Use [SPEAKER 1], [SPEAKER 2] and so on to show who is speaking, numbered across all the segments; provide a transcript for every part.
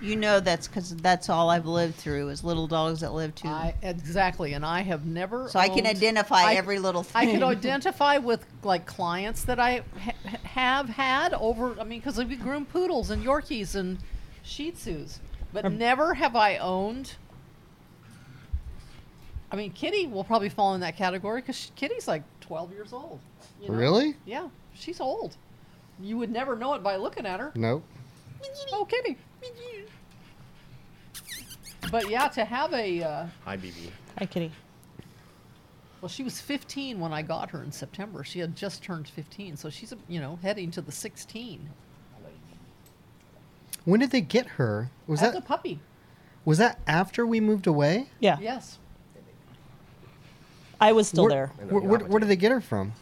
[SPEAKER 1] you know that's because that's all I've lived through is little dogs that live too.
[SPEAKER 2] I, exactly, and I have never.
[SPEAKER 1] so I can
[SPEAKER 2] owned-
[SPEAKER 1] identify
[SPEAKER 2] I-
[SPEAKER 1] every little
[SPEAKER 2] I
[SPEAKER 1] thing.
[SPEAKER 2] can identify with like clients that I ha- have had over. I mean, because we groom poodles and Yorkies and Shih Tzus, but never have I owned. I mean, Kitty will probably fall in that category because Kitty's like 12 years old. you know?
[SPEAKER 3] Really?
[SPEAKER 2] Yeah, she's old. You would never know it by looking at her.
[SPEAKER 3] Nope.
[SPEAKER 2] Oh, Kitty. But yeah, to have a uh,
[SPEAKER 4] Hi, BB.
[SPEAKER 5] Hi, Kitty.
[SPEAKER 2] Well, she was 15 when I got her in September. She had just turned 15, so she's you know heading to the 16
[SPEAKER 3] When did they get her? Was
[SPEAKER 2] as
[SPEAKER 3] that
[SPEAKER 2] a puppy.
[SPEAKER 3] was that after we moved away?
[SPEAKER 5] Yeah.
[SPEAKER 2] Yes,
[SPEAKER 5] I was still
[SPEAKER 3] Where-
[SPEAKER 5] there.
[SPEAKER 3] Where, where, where did they get her from?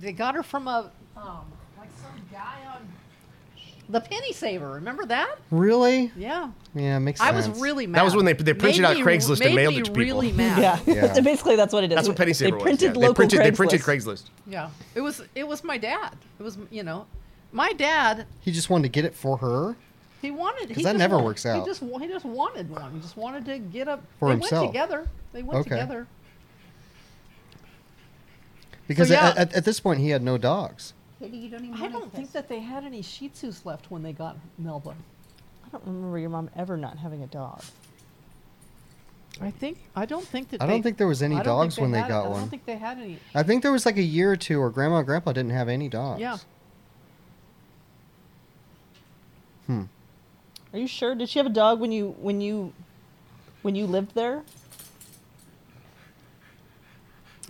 [SPEAKER 2] they got her from a um, like some guy on the Penny Saver. Remember that?
[SPEAKER 3] Really?
[SPEAKER 2] Yeah,
[SPEAKER 3] Yeah, makes
[SPEAKER 2] I
[SPEAKER 3] sense.
[SPEAKER 2] was really mad.
[SPEAKER 4] That was when they- they printed out
[SPEAKER 2] me-
[SPEAKER 4] Craigslist and
[SPEAKER 2] made
[SPEAKER 4] mailed
[SPEAKER 2] me
[SPEAKER 4] it to people.
[SPEAKER 2] Really mad.
[SPEAKER 5] Yeah.
[SPEAKER 3] Yeah.
[SPEAKER 5] So basically, that's what it is.
[SPEAKER 4] That's what Penny Saver
[SPEAKER 5] They
[SPEAKER 4] was.
[SPEAKER 5] printed
[SPEAKER 4] yeah.
[SPEAKER 5] local
[SPEAKER 4] they printed, They printed
[SPEAKER 5] Craigslist.
[SPEAKER 4] Craigslist.
[SPEAKER 2] Yeah. It was it was my dad. It was you know, my dad.
[SPEAKER 3] He just wanted to get it for her.
[SPEAKER 2] He wanted. He
[SPEAKER 3] that
[SPEAKER 2] just
[SPEAKER 3] never
[SPEAKER 2] wanted-
[SPEAKER 3] works out.
[SPEAKER 2] He just wa- he just wanted one. He just wanted to get up.
[SPEAKER 3] For
[SPEAKER 2] they
[SPEAKER 3] himself.
[SPEAKER 2] went together. They went
[SPEAKER 3] Okay.
[SPEAKER 2] together.
[SPEAKER 3] Because
[SPEAKER 2] yeah.
[SPEAKER 3] at, at, at this point, he had no dogs.
[SPEAKER 1] Katie, you don't even
[SPEAKER 2] I
[SPEAKER 1] wanna
[SPEAKER 2] don't think
[SPEAKER 1] kiss.
[SPEAKER 2] that they had any Shih Tzus left when they got Melba.
[SPEAKER 5] I don't remember your mom ever not having a dog.
[SPEAKER 2] I think I don't think that.
[SPEAKER 3] I
[SPEAKER 2] they,
[SPEAKER 3] don't think there was any
[SPEAKER 2] I don't think
[SPEAKER 3] dogs when they
[SPEAKER 2] had-
[SPEAKER 3] got
[SPEAKER 2] I
[SPEAKER 3] one.
[SPEAKER 2] don't think they had any.
[SPEAKER 3] I think there was like a year or two where grandma and grandpa didn't have any dogs.
[SPEAKER 2] Yeah.
[SPEAKER 3] Hmm.
[SPEAKER 5] Are you sure? Did she have a dog when you when you when you lived there?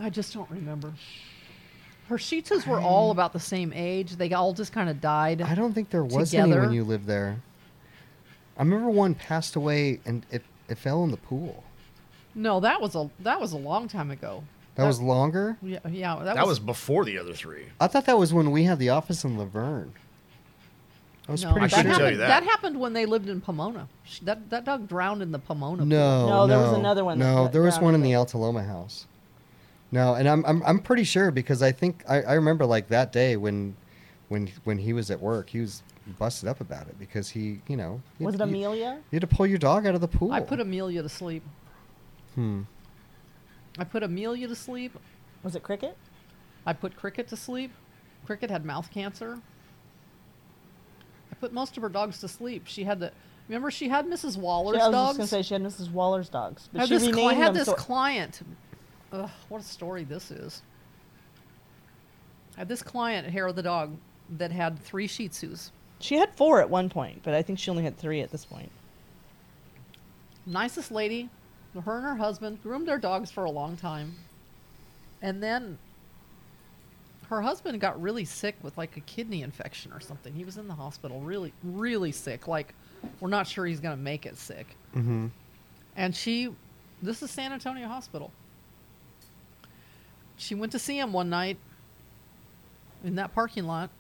[SPEAKER 2] I just don't remember. Her Shih Tzus were all about the same age. They all just kind of died.
[SPEAKER 3] I don't think there was any when
[SPEAKER 2] Together.
[SPEAKER 3] you lived there. I remember one passed away and it, it fell in the pool.
[SPEAKER 2] No, that was a that was a long time ago.
[SPEAKER 3] That was longer.
[SPEAKER 2] yeah, yeah. That,
[SPEAKER 4] That was before the other three.
[SPEAKER 3] I thought that was when we had the office in Laverne. I was
[SPEAKER 2] no,
[SPEAKER 3] pretty
[SPEAKER 4] I
[SPEAKER 3] sure.
[SPEAKER 4] couldn't tell you
[SPEAKER 2] happened-
[SPEAKER 4] that.
[SPEAKER 2] happened when they lived in Pomona. She, that that dog drowned in the Pomona.
[SPEAKER 3] No,
[SPEAKER 5] No, there was another one
[SPEAKER 3] No,
[SPEAKER 5] that-
[SPEAKER 3] there was
[SPEAKER 5] yeah.
[SPEAKER 3] one in the Altaloma house. No, and I'm I'm I'm pretty sure because I think I, I remember like that day when when when he was at work, he was busted up about it because he, you know, you-
[SPEAKER 5] Was it
[SPEAKER 3] you-
[SPEAKER 5] Amelia?
[SPEAKER 3] You had to pull your dog out of the
[SPEAKER 2] pool.
[SPEAKER 3] pool.
[SPEAKER 2] I put Amelia to sleep.
[SPEAKER 3] Hmm.
[SPEAKER 2] I put Amelia to sleep.
[SPEAKER 5] Was it Cricket?
[SPEAKER 2] I put Cricket to sleep. Cricket had mouth cancer. I put most of her dogs to sleep. She had the remember she had Mrs. Waller's
[SPEAKER 5] Yeah, I was
[SPEAKER 2] dogs.
[SPEAKER 5] just gonna say she had Mrs. Waller's dogs,
[SPEAKER 2] I
[SPEAKER 5] but
[SPEAKER 2] had
[SPEAKER 5] she
[SPEAKER 2] this, cli- I
[SPEAKER 5] renamed
[SPEAKER 2] had
[SPEAKER 5] them.
[SPEAKER 2] this
[SPEAKER 5] so-
[SPEAKER 2] client. Ugh, what a story this is. I had this client at Hair of the Dog that had three Shih Tzus.
[SPEAKER 5] she had four at one point, but I think she only had three at this point.
[SPEAKER 2] nicest lady. Her and her husband groomed their dogs for a long time. And then her husband got really sick with like a kidney infection or something. He was in the hospital, really, really sick. Like, we're not sure he's going to make it sick.
[SPEAKER 3] Mm-hmm.
[SPEAKER 2] And she, this is San Antonio Hospital. She went to see him one night in that parking lot,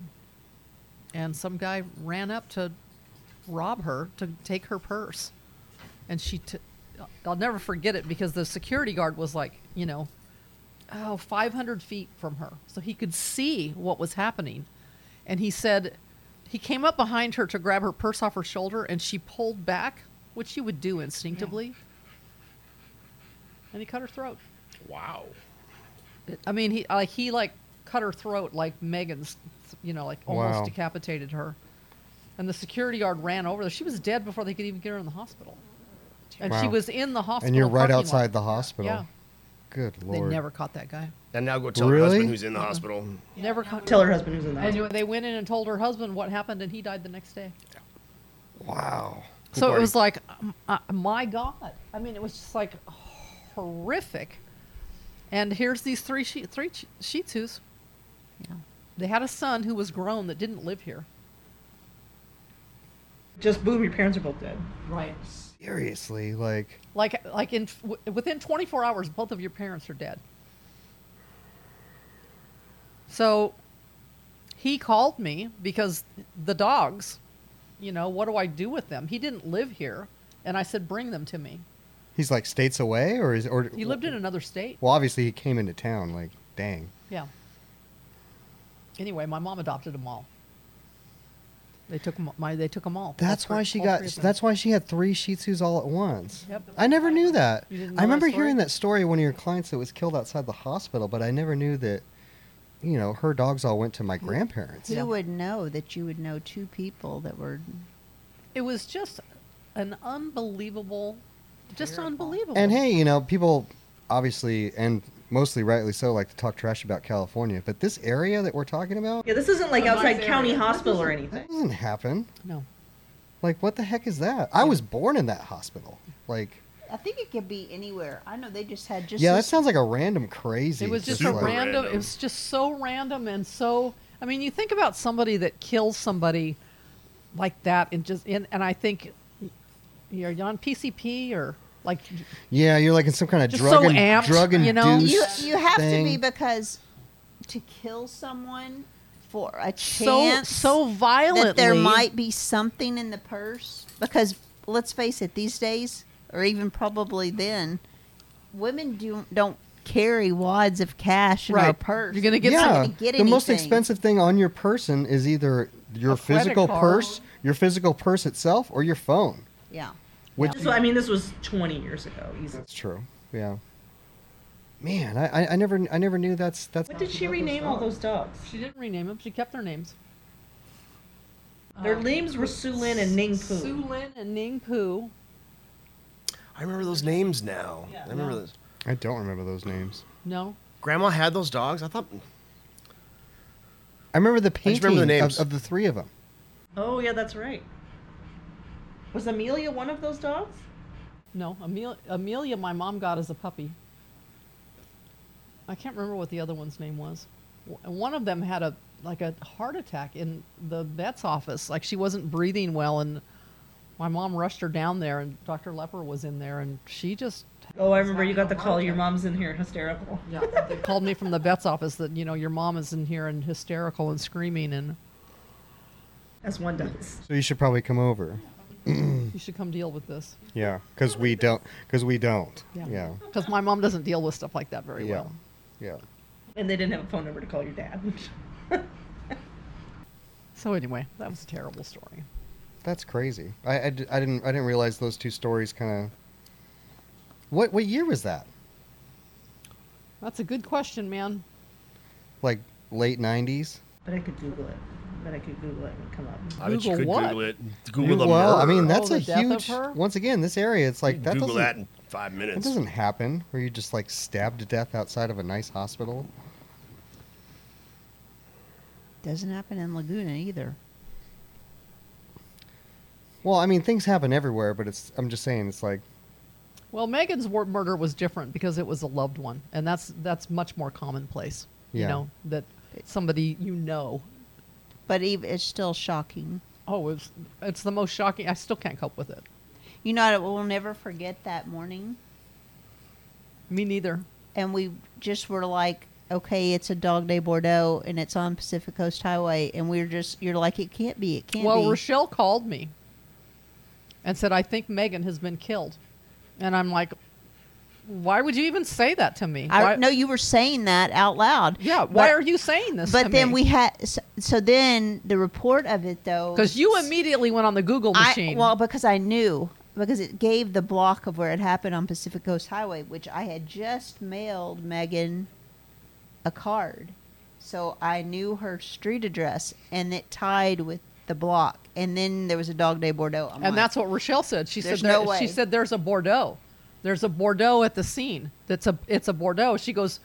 [SPEAKER 2] and some guy ran up to rob her to take her purse. And she, t- I'll never forget it because the security guard was like, you know, oh, 500 feet from her. So he could see what was happening. And he said, he came up behind her to grab her purse off her shoulder, and she pulled back, which you would do instinctively. And he cut her throat.
[SPEAKER 4] Wow.
[SPEAKER 2] I mean, he like he like cut her throat like Megan's, you know, like almost
[SPEAKER 3] Wow.
[SPEAKER 2] decapitated her. And the security guard ran over there. She was dead before they could even get her in the hospital. And she
[SPEAKER 3] Wow.
[SPEAKER 2] was in the hospital.
[SPEAKER 3] And you're right
[SPEAKER 2] parking lot.
[SPEAKER 3] outside the hospital.
[SPEAKER 2] Yeah.
[SPEAKER 3] Good
[SPEAKER 2] They
[SPEAKER 3] lord.
[SPEAKER 2] never caught that guy.
[SPEAKER 4] And now go tell her
[SPEAKER 3] Really?
[SPEAKER 4] husband who's in the
[SPEAKER 2] Uh-huh.
[SPEAKER 4] hospital.
[SPEAKER 2] Never caught.
[SPEAKER 5] Tell her husband who's in that.
[SPEAKER 2] And they went in and told her husband what happened, and he died the next day.
[SPEAKER 3] Wow.
[SPEAKER 2] So
[SPEAKER 4] party.
[SPEAKER 2] it was like, um, uh, my God. I mean, it was just like horrific. And here's these three she- three Sh- Shih Tzus. They had a son who was grown that didn't live here.
[SPEAKER 6] Just boom, your parents are both dead.
[SPEAKER 2] Right.
[SPEAKER 3] Seriously, like
[SPEAKER 2] Like like in w- within 24 hours, both of your parents are dead. So he called me because the dogs, you know, what do I do with them? He didn't live here, and I said bring them to me.
[SPEAKER 3] he's like states away, or is or
[SPEAKER 2] He lived in another state.
[SPEAKER 3] Well, obviously he came into town. Like, dang.
[SPEAKER 2] Yeah. Anyway, my mom adopted them all. They took 'em- my. They took them all.
[SPEAKER 3] That's
[SPEAKER 2] All three-
[SPEAKER 3] why she
[SPEAKER 2] all
[SPEAKER 3] got.
[SPEAKER 2] three of them.
[SPEAKER 3] That's why she had three Shih Tzus all at once.
[SPEAKER 2] Yep.
[SPEAKER 3] I never knew that.
[SPEAKER 2] You didn't know
[SPEAKER 3] I
[SPEAKER 2] that
[SPEAKER 3] remember
[SPEAKER 2] story?
[SPEAKER 3] hearing that story of one of your clients that was killed outside the hospital, but I never knew that. You know, her dogs all went to my grandparents.
[SPEAKER 1] Who
[SPEAKER 2] Yeah.
[SPEAKER 1] would know that you would know two people that were
[SPEAKER 2] It was just an unbelievable, just unbelievable.
[SPEAKER 3] And hey, you know, people obviously and mostly rightly so like to talk trash about California, but this area that we're talking about
[SPEAKER 6] Yeah, this isn't like
[SPEAKER 5] Nice
[SPEAKER 6] outside
[SPEAKER 5] area.
[SPEAKER 6] county hospital or anything.
[SPEAKER 3] that doesn't happen.
[SPEAKER 2] no,
[SPEAKER 3] Like, what the heck is that? I was born in that hospital. Like,
[SPEAKER 1] I think it could be anywhere. I know they just had just
[SPEAKER 3] yeah, that
[SPEAKER 1] this-
[SPEAKER 3] sounds like a random crazy.
[SPEAKER 2] it was just a
[SPEAKER 4] Super
[SPEAKER 2] random, It
[SPEAKER 4] random.
[SPEAKER 2] was just so random and so. I mean, you think about somebody that kills somebody like that, and just and, and I think you're on PCP or like
[SPEAKER 3] Yeah, you're like in some kind of
[SPEAKER 2] Just
[SPEAKER 3] drug
[SPEAKER 2] so
[SPEAKER 3] and
[SPEAKER 2] amped,
[SPEAKER 3] drug
[SPEAKER 2] you know?
[SPEAKER 1] you
[SPEAKER 3] induced
[SPEAKER 1] you have
[SPEAKER 3] thing.
[SPEAKER 1] to be because to kill someone for a
[SPEAKER 2] so
[SPEAKER 1] chance
[SPEAKER 2] so violently.
[SPEAKER 1] that there might be something in the purse because let's face it these days or even probably then women do don't carry wads of cash in their
[SPEAKER 2] Right.
[SPEAKER 1] purse
[SPEAKER 2] You're gonna get
[SPEAKER 1] You're not
[SPEAKER 3] yeah,
[SPEAKER 1] gonna get
[SPEAKER 3] the most
[SPEAKER 1] anything.
[SPEAKER 3] expensive thing on your person is either your
[SPEAKER 2] A credit
[SPEAKER 3] physical
[SPEAKER 2] card.
[SPEAKER 3] purse, your physical purse itself, or your phone.
[SPEAKER 1] yeah
[SPEAKER 3] Which
[SPEAKER 6] So I mean, this was 20 years ago. Easy.
[SPEAKER 3] That's true. Yeah. Man, I, I, I never I never knew that's that's.
[SPEAKER 6] What did she rename all those dogs?
[SPEAKER 2] She didn't rename them. She kept their names.
[SPEAKER 6] Their names were Sulin and Ningpu.
[SPEAKER 2] Su Lin and Ning Poo.
[SPEAKER 4] I remember those names now. I remember
[SPEAKER 2] Yeah.
[SPEAKER 4] those.
[SPEAKER 3] I don't remember those names.
[SPEAKER 2] No,
[SPEAKER 4] Grandma had those dogs. I thought
[SPEAKER 3] I remember the painting
[SPEAKER 4] just remember the
[SPEAKER 3] of,
[SPEAKER 4] names.
[SPEAKER 3] of the three of them.
[SPEAKER 6] Oh yeah, that's right. Was Amelia one of those dogs?
[SPEAKER 2] no. Amelia, Amelia, my mom got as a puppy. I can't remember what the other one's name was. W- One of them had a like a heart attack in the vet's office. Like she wasn't breathing well, and my mom rushed her down there, and Dr. Lepper was in there, and she just
[SPEAKER 6] Oh, I remember you got the call. Your mom's in here hysterical.
[SPEAKER 2] yeah, they called me from the vet's office that you know your mom is in here and hysterical and screaming, and
[SPEAKER 6] As one does.
[SPEAKER 3] So you should probably come over.
[SPEAKER 2] you should come deal with this.
[SPEAKER 3] Yeah, because we don't. Because we don't.
[SPEAKER 2] Yeah.
[SPEAKER 3] Yeah.
[SPEAKER 2] Because my mom doesn't deal with stuff like that very
[SPEAKER 3] Yeah.
[SPEAKER 2] well.
[SPEAKER 3] Yeah.
[SPEAKER 6] And they didn't have a phone number to call your dad.
[SPEAKER 2] So anyway, that was a terrible story.
[SPEAKER 3] That's crazy. I, I, di- I didn't I didn't realize those two stories kind of. What what year was that?
[SPEAKER 2] That's a good question, man.
[SPEAKER 3] Like late nineties.
[SPEAKER 6] but I could Google it. But I could Google it and come up.
[SPEAKER 4] I bet you
[SPEAKER 2] Google
[SPEAKER 4] could
[SPEAKER 2] what?
[SPEAKER 4] Google it. Google the
[SPEAKER 3] well, I
[SPEAKER 4] murder.
[SPEAKER 3] mean
[SPEAKER 2] that-
[SPEAKER 3] that's
[SPEAKER 2] Oh,
[SPEAKER 3] a
[SPEAKER 2] the death of
[SPEAKER 3] huge.
[SPEAKER 2] her?
[SPEAKER 3] Once again, this area it's
[SPEAKER 4] You
[SPEAKER 3] like that
[SPEAKER 4] Google
[SPEAKER 3] doesn't
[SPEAKER 4] that in five
[SPEAKER 3] that
[SPEAKER 4] minutes.
[SPEAKER 3] doesn't happen where you just like stabbed to death outside of a nice hospital.
[SPEAKER 1] doesn't happen in laguna either
[SPEAKER 3] Well, I mean things happen everywhere, but it's I'm just saying it's like
[SPEAKER 2] Well, Megan's war- murder was different because it was a loved one, and that's that's much more commonplace. You
[SPEAKER 3] Yeah.
[SPEAKER 2] know that somebody you know.
[SPEAKER 1] but ev it's still shocking
[SPEAKER 2] Oh, it's it's the most shocking. I still can't cope with it.
[SPEAKER 1] you know what we'll never forget that morning
[SPEAKER 2] Me neither.
[SPEAKER 1] and we just were like, okay, it's a dog day Bordeaux and it's on Pacific Coast Highway, and we are just you're like, it can't be, it can't
[SPEAKER 2] well,
[SPEAKER 1] be.
[SPEAKER 2] Rochelle called me and said, "I think Megan has been killed," and I'm like, "Why would you even say that to me?
[SPEAKER 1] I
[SPEAKER 2] Why-
[SPEAKER 1] know you were saying that out loud.
[SPEAKER 2] Yeah, why
[SPEAKER 1] but-
[SPEAKER 2] are you saying this?
[SPEAKER 1] But then we had so, so then the report of it though
[SPEAKER 2] because you immediately went on the Google
[SPEAKER 1] I,
[SPEAKER 2] machine.
[SPEAKER 1] well because I knew because it gave the block of where it happened on Pacific Coast Highway, which I had just mailed Megan a card. So I knew her street address and it tied with the block. And then there was a dog day Bordeaux. I'm like,
[SPEAKER 2] And that's what Rochelle said. She said
[SPEAKER 1] There's
[SPEAKER 2] there,
[SPEAKER 1] no way.
[SPEAKER 2] she said there's a Bordeaux. There's a Bordeaux at the scene. That's a it's a Bordeaux. She goes,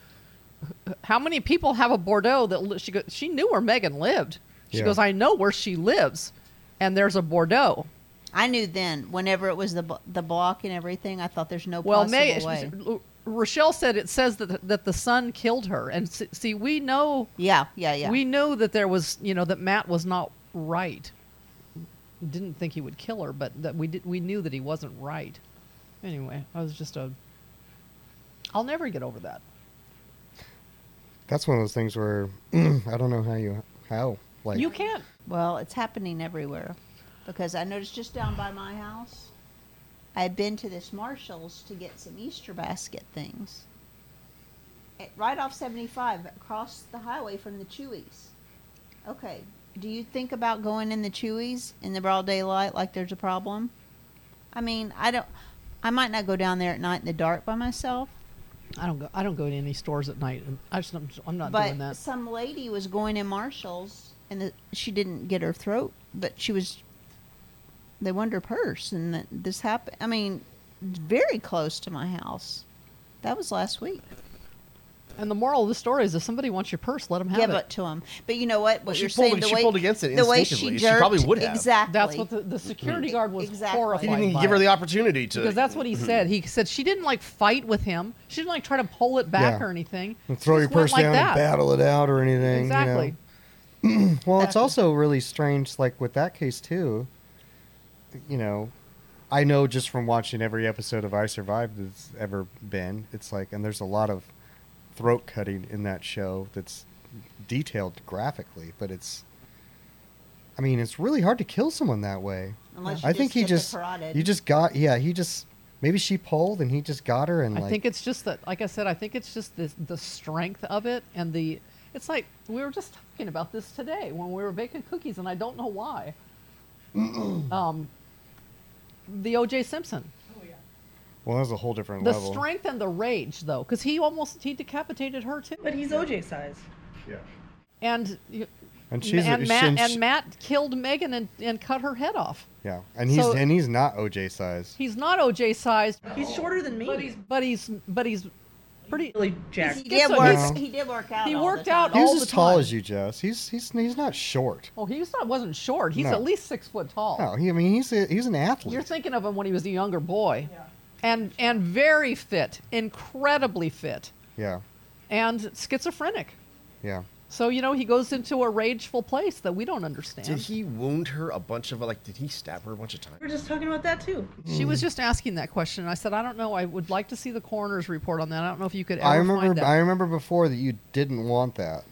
[SPEAKER 2] how many people have a Bordeaux that li-? she go, she knew where Megan lived. She
[SPEAKER 3] Yeah.
[SPEAKER 2] goes, I know where she lives, and there's a Bordeaux.
[SPEAKER 1] I knew then, whenever it was the bu- the block and everything, I thought there's no
[SPEAKER 2] Well,
[SPEAKER 1] possible
[SPEAKER 2] Megan,
[SPEAKER 1] way.
[SPEAKER 2] Rochelle said it says that that the son killed her, and s- see we know
[SPEAKER 1] Yeah, yeah, yeah.
[SPEAKER 2] we know that there was you know that Matt was not right. Didn't think he would kill her, but that we did we knew that he wasn't right. Anyway, I was just a. I'll never get over that.
[SPEAKER 3] that's one of those things where I don't know how you how like
[SPEAKER 2] you can't.
[SPEAKER 1] well, it's happening everywhere, because I noticed just down by my house, I had been to this Marshalls to get some Easter basket things. At, right off seventy five, across the highway from the Chewies. Okay, do you think about going in the Chewies in the broad daylight like there's a problem? I mean, I don't. I might not go down there at night in the dark by myself,
[SPEAKER 2] I don't go. I don't go to any stores at night, and I just I'm, just- I'm not doing
[SPEAKER 1] but
[SPEAKER 2] that.
[SPEAKER 1] some lady was going in Marshalls and the, she didn't get her throat, but she was. They wanted her purse, and th- this happened. I mean, it's very close to my house. That was last week.
[SPEAKER 2] And the moral of the story is, if somebody wants your purse, let them have
[SPEAKER 1] Give
[SPEAKER 2] it.
[SPEAKER 1] it to him. But you know what? What
[SPEAKER 4] she
[SPEAKER 1] you're
[SPEAKER 4] pulled-
[SPEAKER 1] saying, the
[SPEAKER 4] she
[SPEAKER 1] way
[SPEAKER 4] pulled against it
[SPEAKER 1] the way
[SPEAKER 4] instinctively.
[SPEAKER 1] she
[SPEAKER 4] She
[SPEAKER 1] jerked,
[SPEAKER 4] probably would have.
[SPEAKER 1] Exactly.
[SPEAKER 2] That's what the, the security guard was
[SPEAKER 1] Exactly.
[SPEAKER 2] horrified.
[SPEAKER 1] He
[SPEAKER 4] He didn't even
[SPEAKER 2] by
[SPEAKER 4] give her
[SPEAKER 2] it.
[SPEAKER 4] the opportunity to.
[SPEAKER 2] because that's what
[SPEAKER 3] Mm-hmm.
[SPEAKER 2] he said. He said she didn't like fight with him. She didn't like try to pull it back
[SPEAKER 3] Yeah.
[SPEAKER 2] or anything.
[SPEAKER 3] And throw
[SPEAKER 2] She
[SPEAKER 3] your
[SPEAKER 2] just went
[SPEAKER 3] purse
[SPEAKER 2] like
[SPEAKER 3] down
[SPEAKER 2] that.
[SPEAKER 3] and battle it out or anything. you know.
[SPEAKER 2] Exactly.
[SPEAKER 3] Well, it's also really strange, like with that case too. You know, I know just from watching every episode of I Survived that's ever been, it's like, and there's a lot of throat cutting in that show that's detailed graphically, but it's. I mean, it's really hard to kill someone that way.
[SPEAKER 1] Unless you
[SPEAKER 3] I think
[SPEAKER 1] just
[SPEAKER 3] he
[SPEAKER 1] get the
[SPEAKER 3] just
[SPEAKER 1] carotid.
[SPEAKER 3] you just got yeah he just maybe she pulled and he just got her and
[SPEAKER 2] I
[SPEAKER 3] like
[SPEAKER 2] think it's just that, like I said, I think it's just the the strength of it and the. It's like we were just talking about this today when we were baking cookies, and I don't know why. um, the O.J. Simpson,
[SPEAKER 3] well that was a whole different
[SPEAKER 2] the
[SPEAKER 3] level.
[SPEAKER 2] strength and the rage, though, because he almost he decapitated her too,
[SPEAKER 6] But he's OJ size.
[SPEAKER 3] Yeah.
[SPEAKER 2] and you-
[SPEAKER 3] And she's
[SPEAKER 2] and
[SPEAKER 3] and
[SPEAKER 2] Matt and Matt killed Megan and, and cut her head off.
[SPEAKER 3] yeah and he's
[SPEAKER 2] So-
[SPEAKER 3] and he's not OJ size.
[SPEAKER 2] He's not O.J. sized,
[SPEAKER 6] He's shorter than me.
[SPEAKER 2] but he's but he's but he's pretty.
[SPEAKER 6] really jacked.
[SPEAKER 1] he
[SPEAKER 2] gets
[SPEAKER 1] did
[SPEAKER 2] a-
[SPEAKER 1] work.
[SPEAKER 3] No.
[SPEAKER 1] He did work out.
[SPEAKER 2] He
[SPEAKER 1] all the
[SPEAKER 2] worked out
[SPEAKER 1] time.
[SPEAKER 3] He was
[SPEAKER 2] all
[SPEAKER 3] as
[SPEAKER 2] the
[SPEAKER 3] tall
[SPEAKER 2] time.
[SPEAKER 3] as you, Jess. He's he's he's not short.
[SPEAKER 2] Oh, he's not wasn't short. He's
[SPEAKER 3] No.
[SPEAKER 2] at least six foot tall.
[SPEAKER 3] No, he, I mean he's a, he's an athlete.
[SPEAKER 2] You're thinking of him when he was a younger boy, and and very fit, incredibly fit,
[SPEAKER 3] yeah,
[SPEAKER 2] and schizophrenic.
[SPEAKER 3] yeah.
[SPEAKER 2] So you know he goes into a rageful place that we don't
[SPEAKER 4] did
[SPEAKER 2] understand.
[SPEAKER 4] he wound her a bunch of like? Did he stab her a bunch of times?
[SPEAKER 6] We were just talking about that too.
[SPEAKER 2] she
[SPEAKER 3] Hmm.
[SPEAKER 2] was just asking that question. and I said I don't know. I would like to see the coroner's report on that. I don't know if you could. Ever
[SPEAKER 3] I
[SPEAKER 2] Find
[SPEAKER 3] remember
[SPEAKER 2] that.
[SPEAKER 3] I remember before that you didn't want that.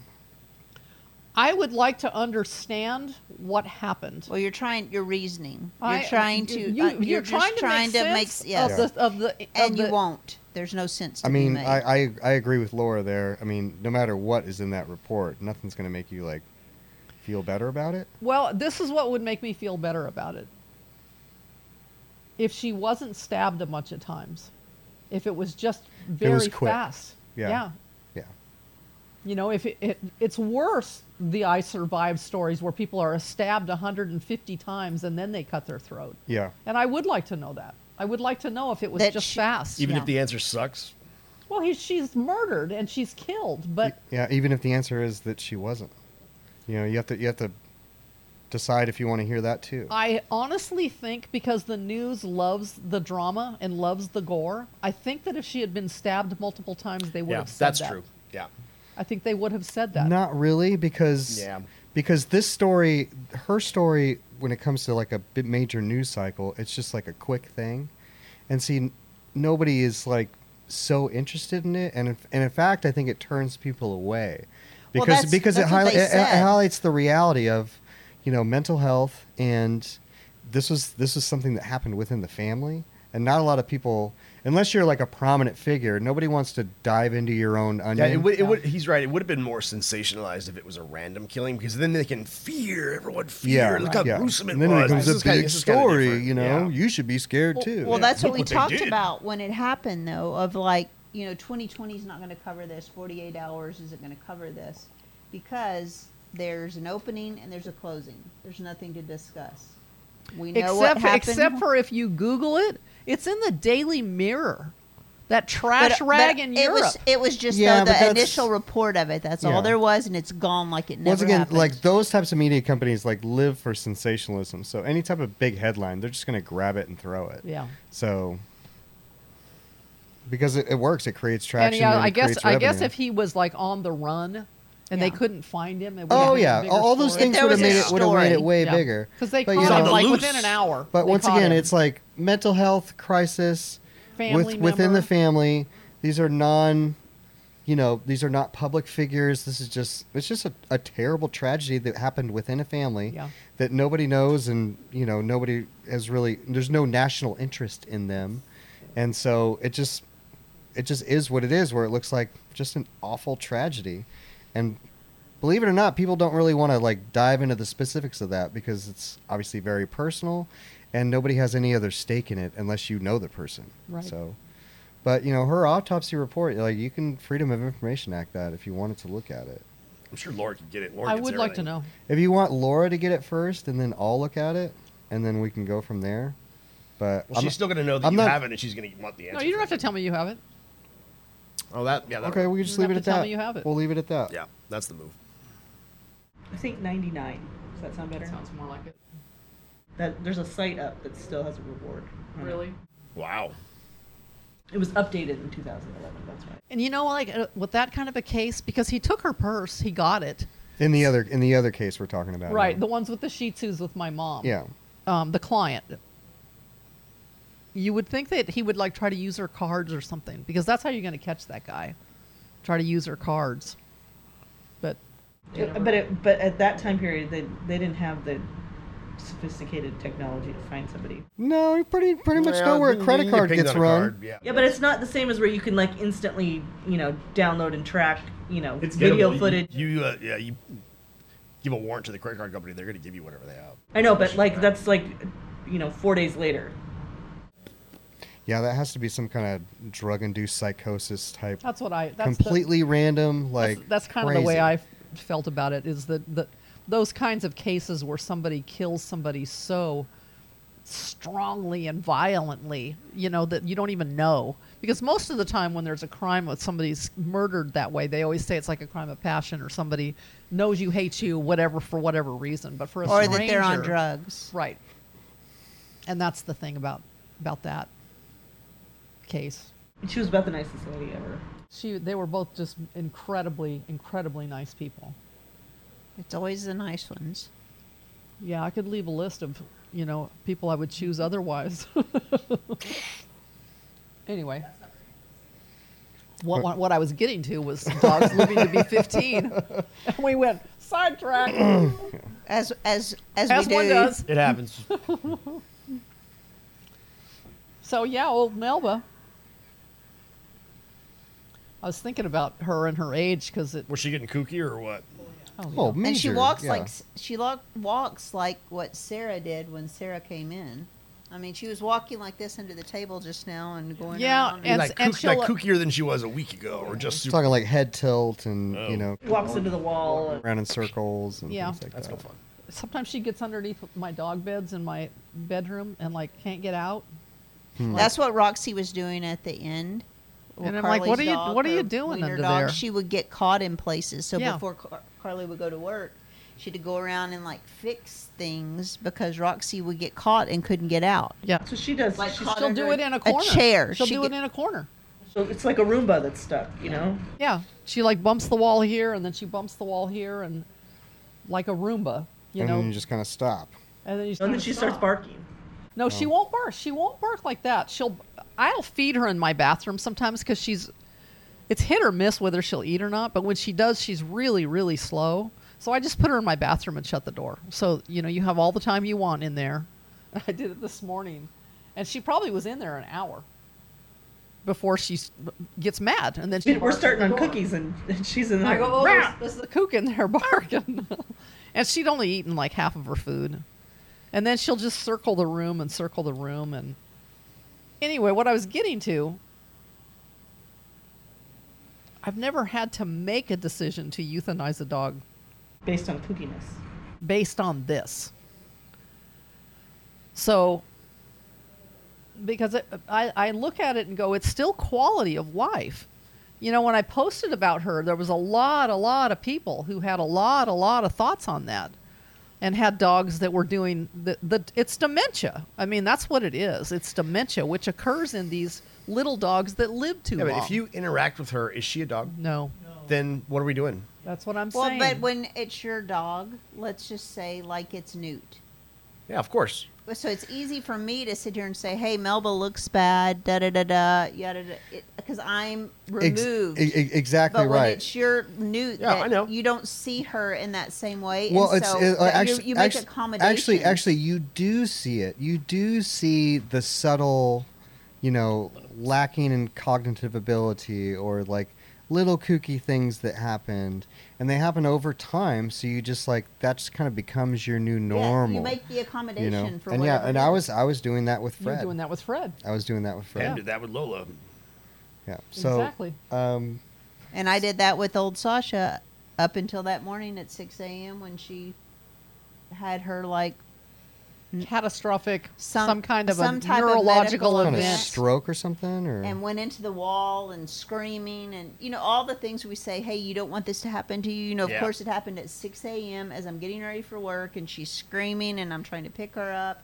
[SPEAKER 2] I would like to understand what happened.
[SPEAKER 1] Well, you're trying. You're reasoning. You're
[SPEAKER 2] I-
[SPEAKER 1] trying to.
[SPEAKER 2] You,
[SPEAKER 1] uh,
[SPEAKER 2] are
[SPEAKER 1] you're, just
[SPEAKER 2] trying to make sense
[SPEAKER 1] s- yes,
[SPEAKER 2] of the of the
[SPEAKER 1] and
[SPEAKER 2] of
[SPEAKER 1] you
[SPEAKER 2] the-
[SPEAKER 1] won't. There's no sense. To
[SPEAKER 3] I
[SPEAKER 1] be
[SPEAKER 3] mean,
[SPEAKER 1] made.
[SPEAKER 3] I, I I agree with Laura there. I mean, no matter what is in that report, nothing's going to make you like feel better about it.
[SPEAKER 2] Well, this is what would make me feel better about it. If she wasn't stabbed a bunch of times, if it was just very
[SPEAKER 3] was quick.
[SPEAKER 2] fast,
[SPEAKER 3] Yeah. Yeah.
[SPEAKER 2] You know, if it, it it's worse the I survived stories where people are stabbed 150 times and then they cut their throat.
[SPEAKER 3] Yeah.
[SPEAKER 2] And I would like to know that. I would like to know if it was
[SPEAKER 1] That
[SPEAKER 2] just
[SPEAKER 1] she-
[SPEAKER 2] fast.
[SPEAKER 4] Even
[SPEAKER 1] Yeah.
[SPEAKER 4] if the answer sucks.
[SPEAKER 2] Well, he, she's murdered and she's killed, but
[SPEAKER 3] Yeah, even if the answer is that she wasn't. You know, you have to you have to decide if you want to hear that too.
[SPEAKER 2] I honestly think because the news loves the drama and loves the gore, I think that if she had been stabbed multiple times, they would
[SPEAKER 4] Yeah,
[SPEAKER 2] have said
[SPEAKER 4] that's
[SPEAKER 2] that.
[SPEAKER 4] true. Yeah.
[SPEAKER 2] I think they would have said that.
[SPEAKER 3] Not really, because
[SPEAKER 4] Yeah.
[SPEAKER 3] because this story, her story, when it comes to like a big major news cycle, it's just like a quick thing, and see, n- nobody is like so interested in it, and if, and in fact, I think it turns people away,
[SPEAKER 1] Well,
[SPEAKER 3] because
[SPEAKER 1] that's-
[SPEAKER 3] because
[SPEAKER 1] that's
[SPEAKER 3] it,
[SPEAKER 1] what
[SPEAKER 3] highli-
[SPEAKER 1] they
[SPEAKER 3] it, it
[SPEAKER 1] said.
[SPEAKER 3] highlights the reality of, you know, mental health, and this was this was something that happened within the family, and not a lot of people. Unless you're like a prominent figure, nobody wants to dive into your own
[SPEAKER 4] Yeah,
[SPEAKER 3] onion.
[SPEAKER 4] it would, it would, he's right. It would have been more sensationalized if it was a random killing because then they can fear everyone. Fear. Look how gruesome it
[SPEAKER 3] and then
[SPEAKER 4] was.
[SPEAKER 3] it becomes
[SPEAKER 4] This
[SPEAKER 3] a
[SPEAKER 4] is kinda-
[SPEAKER 3] big
[SPEAKER 4] this is kinda
[SPEAKER 3] story,
[SPEAKER 4] different.
[SPEAKER 3] you know.
[SPEAKER 4] Yeah.
[SPEAKER 3] You should be scared
[SPEAKER 1] Well,
[SPEAKER 3] too.
[SPEAKER 1] well, that's
[SPEAKER 4] Look
[SPEAKER 1] what we
[SPEAKER 4] what they
[SPEAKER 1] talked
[SPEAKER 4] did.
[SPEAKER 1] about when it happened, though, of like, you know, 2020 is not going to cover this. 48 hours isn't going to cover this because there's an opening and there's a closing. There's nothing to discuss. We know what
[SPEAKER 2] Except for,
[SPEAKER 1] happened.
[SPEAKER 2] except for if you Google it, it's in the Daily Mirror. That trash rag in
[SPEAKER 1] it
[SPEAKER 2] Europe.
[SPEAKER 1] Was, it was just
[SPEAKER 3] Yeah, but
[SPEAKER 1] though, the
[SPEAKER 3] that's-
[SPEAKER 1] initial report of it. That's
[SPEAKER 3] Yeah.
[SPEAKER 1] all there was, and it's gone like it never
[SPEAKER 3] Once again,
[SPEAKER 1] happened.
[SPEAKER 3] like those types of media companies, like live for sensationalism. So any type of big headline, they're just going to grab it and throw it.
[SPEAKER 2] Yeah.
[SPEAKER 3] So because it, it works, it creates
[SPEAKER 2] and
[SPEAKER 3] traction.
[SPEAKER 2] yeah,
[SPEAKER 3] and
[SPEAKER 2] I
[SPEAKER 3] it
[SPEAKER 2] guess
[SPEAKER 3] creates
[SPEAKER 2] I guess
[SPEAKER 3] revenue.
[SPEAKER 2] if he was like on the run and they
[SPEAKER 1] Yeah.
[SPEAKER 2] couldn't find him, it would
[SPEAKER 3] oh
[SPEAKER 2] have been a
[SPEAKER 3] yeah,
[SPEAKER 2] bigger
[SPEAKER 3] all, all those
[SPEAKER 2] story.
[SPEAKER 3] things
[SPEAKER 1] there
[SPEAKER 3] would have
[SPEAKER 1] was a
[SPEAKER 3] made it would have made it
[SPEAKER 1] story.
[SPEAKER 3] way bigger.
[SPEAKER 2] because they
[SPEAKER 3] But,
[SPEAKER 2] caught
[SPEAKER 3] you
[SPEAKER 4] know-
[SPEAKER 2] him like
[SPEAKER 4] On the
[SPEAKER 2] within
[SPEAKER 4] loose.
[SPEAKER 2] an hour.
[SPEAKER 3] But
[SPEAKER 2] They
[SPEAKER 3] once
[SPEAKER 2] caught
[SPEAKER 3] again,
[SPEAKER 2] him.
[SPEAKER 3] it's like mental health crisis
[SPEAKER 2] Family
[SPEAKER 3] with, within
[SPEAKER 2] member.
[SPEAKER 3] the family. These are non, you know, these are not public figures. This is just it's just a, a terrible tragedy that happened within a family
[SPEAKER 2] Yeah.
[SPEAKER 3] that nobody knows and you know nobody has really. There's no national interest in them, and so it just it just is what it is. Where it looks like just an awful tragedy, and believe it or not, people don't really want to like dive into the specifics of that because it's obviously very personal, and nobody has any other stake in it unless you know the person.
[SPEAKER 2] Right.
[SPEAKER 3] So, but you know, her autopsy report, like you can Freedom of Information Act that if you wanted to look at it.
[SPEAKER 4] I'm sure Laura could get it. Laura
[SPEAKER 2] I
[SPEAKER 4] gets
[SPEAKER 2] would like to
[SPEAKER 4] everything.
[SPEAKER 2] know.
[SPEAKER 3] If you want Laura to get it first, and then I'll look at it, and then we can go from there. But
[SPEAKER 4] Well,
[SPEAKER 3] I'm-
[SPEAKER 4] she's still going to know that
[SPEAKER 3] I'm
[SPEAKER 4] you
[SPEAKER 3] not-
[SPEAKER 4] have it, and she's going to want the answer.
[SPEAKER 2] No, you don't
[SPEAKER 4] from
[SPEAKER 2] have to tell me you have it.
[SPEAKER 4] Oh, that yeah. That
[SPEAKER 3] okay, we
[SPEAKER 2] You
[SPEAKER 3] can just
[SPEAKER 2] don't
[SPEAKER 3] leave it
[SPEAKER 2] have
[SPEAKER 3] at
[SPEAKER 2] to tell
[SPEAKER 3] that.
[SPEAKER 2] me you have it.
[SPEAKER 3] We'll leave it at that.
[SPEAKER 4] yeah, that's the move.
[SPEAKER 6] I think 99. Does that sound better?
[SPEAKER 2] That sounds more like it.
[SPEAKER 6] That there's a site up that still has a reward. on it.
[SPEAKER 2] Really?
[SPEAKER 4] Wow.
[SPEAKER 6] It was updated in 2011. That's right.
[SPEAKER 2] And you know, like uh, with that kind of a case, because he took her purse, he got it.
[SPEAKER 3] In the other in the other case we're talking about.
[SPEAKER 2] Right,
[SPEAKER 3] now.
[SPEAKER 2] the ones with the Shih Tzus with my mom.
[SPEAKER 3] yeah.
[SPEAKER 2] um, the client. You would think that he would like try to use her cards or something because that's how you're going to catch that guy. Try to use her cards, but
[SPEAKER 6] It- but it, but at that time period, they they didn't have the sophisticated technology to find somebody.
[SPEAKER 3] No, you pretty pretty much
[SPEAKER 4] Well,
[SPEAKER 3] know where a
[SPEAKER 4] then you
[SPEAKER 3] credit
[SPEAKER 4] can
[SPEAKER 3] card
[SPEAKER 4] ping it
[SPEAKER 3] gets
[SPEAKER 4] on a
[SPEAKER 3] run.
[SPEAKER 4] card, yeah.
[SPEAKER 6] Yeah, but it's not the same as where you can like instantly, you know, download and track, you know,
[SPEAKER 4] It's
[SPEAKER 6] video
[SPEAKER 4] gettable. You-
[SPEAKER 6] footage.
[SPEAKER 4] You uh, yeah you give a warrant to the credit card company, they're going to give you whatever they have.
[SPEAKER 6] I know, but like that's like, you know, four days later.
[SPEAKER 3] Yeah, that has to be some kind of drug-induced psychosis type.
[SPEAKER 2] that's what I Oh, that's the-
[SPEAKER 3] completely random,
[SPEAKER 2] that's,
[SPEAKER 3] like
[SPEAKER 2] that's kind of the way
[SPEAKER 3] crazy.
[SPEAKER 2] I f- felt about it. Is that that those kinds of cases where somebody kills somebody so strongly and violently, you know, that you don't even know. Because most of the time, when there's a crime with somebody's murdered that way, they always say it's like a crime of passion or somebody knows you, hates you, whatever, for whatever reason. But for a
[SPEAKER 1] or
[SPEAKER 2] stranger,
[SPEAKER 1] that they're on drugs.
[SPEAKER 2] right? And that's the thing about about that case.
[SPEAKER 6] She was about the nicest lady ever.
[SPEAKER 2] She, they were both just incredibly, incredibly nice people.
[SPEAKER 1] It's always the nice ones.
[SPEAKER 2] Yeah, I could leave a list of, you know, people I would choose otherwise. anyway. What, what, what I was getting to was dogs living to be 15. And we went sidetrack,
[SPEAKER 1] As as as,
[SPEAKER 2] as
[SPEAKER 1] we
[SPEAKER 2] one
[SPEAKER 1] do.
[SPEAKER 2] does.
[SPEAKER 4] It happens.
[SPEAKER 2] So, yeah, old Melba. I was thinking about her and her age because it.
[SPEAKER 4] Was she getting kooky or what?
[SPEAKER 2] Oh, yeah.
[SPEAKER 3] Oh, major.
[SPEAKER 1] And she walks
[SPEAKER 3] yeah.
[SPEAKER 1] like s- she lo- walks like what Sarah did when Sarah came in. I mean, she was walking like this under the table just now and going
[SPEAKER 2] Yeah,
[SPEAKER 1] around.
[SPEAKER 2] And-
[SPEAKER 4] like,
[SPEAKER 2] and
[SPEAKER 4] kook- like
[SPEAKER 2] she'll- uh,
[SPEAKER 4] kookier than she was a week ago, or just
[SPEAKER 3] She's
[SPEAKER 4] super.
[SPEAKER 3] talking like head tilt and
[SPEAKER 4] Oh.
[SPEAKER 3] you know
[SPEAKER 6] Walks into the wall. and-
[SPEAKER 3] around in circles and
[SPEAKER 2] Yeah.
[SPEAKER 3] things like
[SPEAKER 4] That's no
[SPEAKER 3] that.
[SPEAKER 4] fun.
[SPEAKER 2] Sometimes she gets underneath my dog beds in my bedroom and, like, can't get out.
[SPEAKER 3] Mm-hmm.
[SPEAKER 1] That's what Roxy was doing at the end. with
[SPEAKER 2] And I'm like, what are you-
[SPEAKER 1] dog,
[SPEAKER 2] what are you
[SPEAKER 1] her
[SPEAKER 2] doing
[SPEAKER 1] wiener
[SPEAKER 2] under
[SPEAKER 1] dog.
[SPEAKER 2] there?
[SPEAKER 1] She would get caught in places. So
[SPEAKER 2] Yeah.
[SPEAKER 1] before Car- Carly would go to work, she had to go around and like fix things because Roxy would get caught and couldn't get out.
[SPEAKER 2] Yeah.
[SPEAKER 6] That's what she does.
[SPEAKER 1] Like
[SPEAKER 6] She's
[SPEAKER 2] She'll
[SPEAKER 1] caught
[SPEAKER 6] still
[SPEAKER 1] under
[SPEAKER 2] do
[SPEAKER 6] doing
[SPEAKER 2] it
[SPEAKER 6] it.
[SPEAKER 2] in a corner.
[SPEAKER 1] chair.
[SPEAKER 2] She'll
[SPEAKER 1] She
[SPEAKER 2] do
[SPEAKER 1] get-
[SPEAKER 2] it in a corner.
[SPEAKER 6] So it's like a Roomba that's stuck, you know.
[SPEAKER 2] Yeah. She like bumps the wall here and then she bumps the wall here and like a Roomba, you
[SPEAKER 3] and
[SPEAKER 2] know.
[SPEAKER 3] then you just kind of stop.
[SPEAKER 2] and then you
[SPEAKER 6] And then she starts barking.
[SPEAKER 2] No,
[SPEAKER 3] Oh.
[SPEAKER 2] she won't bark. She won't bark like that. She'll I'll feed her in my bathroom sometimes cuz she's it's hit or miss whether she'll eat or not, but when she does, she's really really slow. So I just put her in my bathroom and shut the door. So, you know, you have all the time you want in there. I did it this morning. And she probably was in there an hour before she s- gets mad and then she
[SPEAKER 6] We're
[SPEAKER 2] barks at
[SPEAKER 6] starting
[SPEAKER 2] the
[SPEAKER 6] on
[SPEAKER 2] door.
[SPEAKER 6] cookies, and, and she's in
[SPEAKER 2] I
[SPEAKER 6] there.
[SPEAKER 2] go, oh,
[SPEAKER 6] "Rah!"
[SPEAKER 2] there's, there's the kook in there barking. and she'd only eaten like half of her food. And then she'll just circle the room and circle the room. And anyway, what I was getting to, I've never had to make a decision to euthanize a dog
[SPEAKER 6] based on kookiness.
[SPEAKER 2] based on this. So, because it, I, I look at it and go, it's still quality of life. You know, when I posted about her, there was a lot, a lot of people who had a lot, a lot of thoughts on that and had dogs that were doing the, the it's dementia. I mean, that's what it is. It's dementia, which occurs in these little dogs that live too
[SPEAKER 4] Yeah,
[SPEAKER 2] long.
[SPEAKER 4] but if you interact with her, is she a dog?
[SPEAKER 2] no,
[SPEAKER 4] Then what are we doing?
[SPEAKER 2] that's what I'm
[SPEAKER 1] Well,
[SPEAKER 2] saying.
[SPEAKER 1] but when it's your dog, let's just say like it's Newt.
[SPEAKER 4] Yeah, of course.
[SPEAKER 1] So it's easy for me to sit here and say, "Hey, Melba looks bad," da da da da, yada da, because I'm
[SPEAKER 3] Ex-
[SPEAKER 1] removed.
[SPEAKER 3] e- e- exactly
[SPEAKER 1] but when
[SPEAKER 3] right.
[SPEAKER 1] it's your newt,
[SPEAKER 4] Yeah,
[SPEAKER 1] that
[SPEAKER 4] I know.
[SPEAKER 1] You don't see her in that same way.
[SPEAKER 3] well,
[SPEAKER 1] and
[SPEAKER 3] it's
[SPEAKER 1] so
[SPEAKER 3] it, uh,
[SPEAKER 1] that
[SPEAKER 3] actually
[SPEAKER 1] you, you make
[SPEAKER 3] actu-
[SPEAKER 1] accommodations.
[SPEAKER 3] actually actually you do see it. You do see the subtle, you know, lacking in cognitive ability or like little kooky things that happened, and they happen over time. So you just like that just kind of becomes your new normal.
[SPEAKER 1] Yeah, you make the
[SPEAKER 3] you
[SPEAKER 1] accommodation
[SPEAKER 3] know,
[SPEAKER 1] for
[SPEAKER 3] and yeah,
[SPEAKER 1] whatever
[SPEAKER 3] and
[SPEAKER 1] it
[SPEAKER 3] I
[SPEAKER 1] is.
[SPEAKER 3] was I was doing that with
[SPEAKER 2] You're
[SPEAKER 3] Fred.
[SPEAKER 2] doing that with Fred.
[SPEAKER 3] I was doing that with
[SPEAKER 4] Pam
[SPEAKER 3] Fred.
[SPEAKER 4] did that with Lola.
[SPEAKER 3] Yeah. So
[SPEAKER 2] exactly.
[SPEAKER 3] um,
[SPEAKER 1] And I did that with old Sasha up until that morning at 6 a.m. when she had her like
[SPEAKER 2] Catastrophic, some,
[SPEAKER 1] Mm. Some-
[SPEAKER 2] kind of
[SPEAKER 1] some
[SPEAKER 2] a
[SPEAKER 1] type of
[SPEAKER 2] neurological
[SPEAKER 1] medical
[SPEAKER 3] kind of
[SPEAKER 1] event.
[SPEAKER 2] event.
[SPEAKER 3] stroke or something or
[SPEAKER 1] and went into the wall and screaming and you know all the things we say hey you don't want this to happen to you you know of
[SPEAKER 4] Yeah.
[SPEAKER 1] course it happened at 6 a.m as i'm getting ready for work and she's screaming and i'm trying to pick her up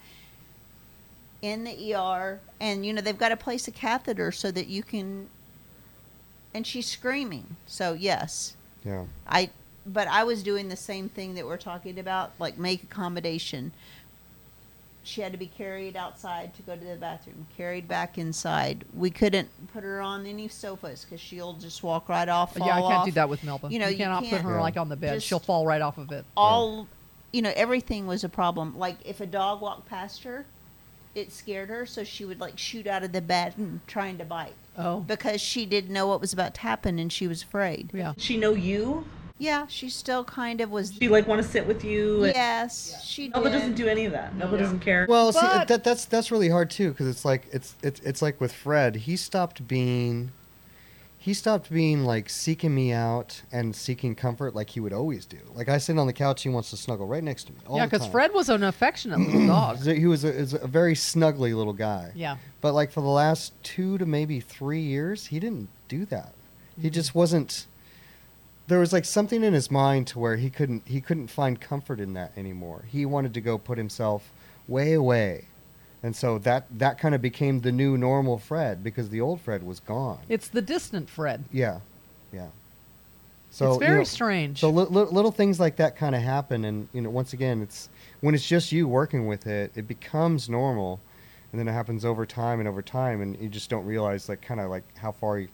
[SPEAKER 1] in the er and you know they've got to place a catheter so that you can and she's screaming so yes
[SPEAKER 3] yeah.
[SPEAKER 1] I but I was doing the same thing that we're talking about, like make accommodation. She had to be carried outside to go to the bathroom, carried back inside. We couldn't put her on any sofas because she'll just walk right off.
[SPEAKER 2] yeah, I
[SPEAKER 1] fall
[SPEAKER 2] can't do
[SPEAKER 1] off.
[SPEAKER 2] that with Melba.
[SPEAKER 1] You know, you
[SPEAKER 2] cannot put
[SPEAKER 1] can't
[SPEAKER 2] her
[SPEAKER 3] Yeah.
[SPEAKER 2] like on the bed;
[SPEAKER 1] just-
[SPEAKER 2] she'll fall right off of it.
[SPEAKER 1] All, you know, everything was a problem. Like if a dog walked past her, it scared her, so she would like shoot out of the bed and trying to bite
[SPEAKER 2] Oh,
[SPEAKER 1] because she didn't know what was about to happen and she was afraid.
[SPEAKER 2] yeah.
[SPEAKER 6] She know you.
[SPEAKER 1] Yeah, she still kind of was.
[SPEAKER 6] She like want to sit with you. and-
[SPEAKER 1] Yes, she did.
[SPEAKER 6] Melba doesn't do any of that. Melba doesn't care.
[SPEAKER 3] Well, see,
[SPEAKER 2] But-
[SPEAKER 3] that, that's that's really hard too because it's like it's, it's it's like with Fred, he stopped being, he stopped being like seeking me out and seeking comfort like he would always do. Like I sit on the couch, he wants to snuggle right next to me. All
[SPEAKER 2] yeah,
[SPEAKER 3] because
[SPEAKER 2] because Fred was an affectionate little dog.
[SPEAKER 3] he was a, is a very snuggly little guy.
[SPEAKER 2] Yeah,
[SPEAKER 3] But like for the last two to maybe three years, he didn't do that. He just
[SPEAKER 2] Mm-hmm.
[SPEAKER 3] wasn't. There was like something in his mind to where he couldn't he couldn't find comfort in that anymore. He wanted to go put himself way away, and so that that kind of became the new normal Fred because the old Fred was gone.
[SPEAKER 2] it's the distant Fred.
[SPEAKER 3] yeah, yeah. So
[SPEAKER 2] it's
[SPEAKER 3] you
[SPEAKER 2] very
[SPEAKER 3] know,
[SPEAKER 2] strange.
[SPEAKER 3] so li- li- little things like that kind of happen, and you know, once again, it's when it's just you working with it, it becomes normal, and then it happens over time and over time, and you just don't realize like kind of like how far you,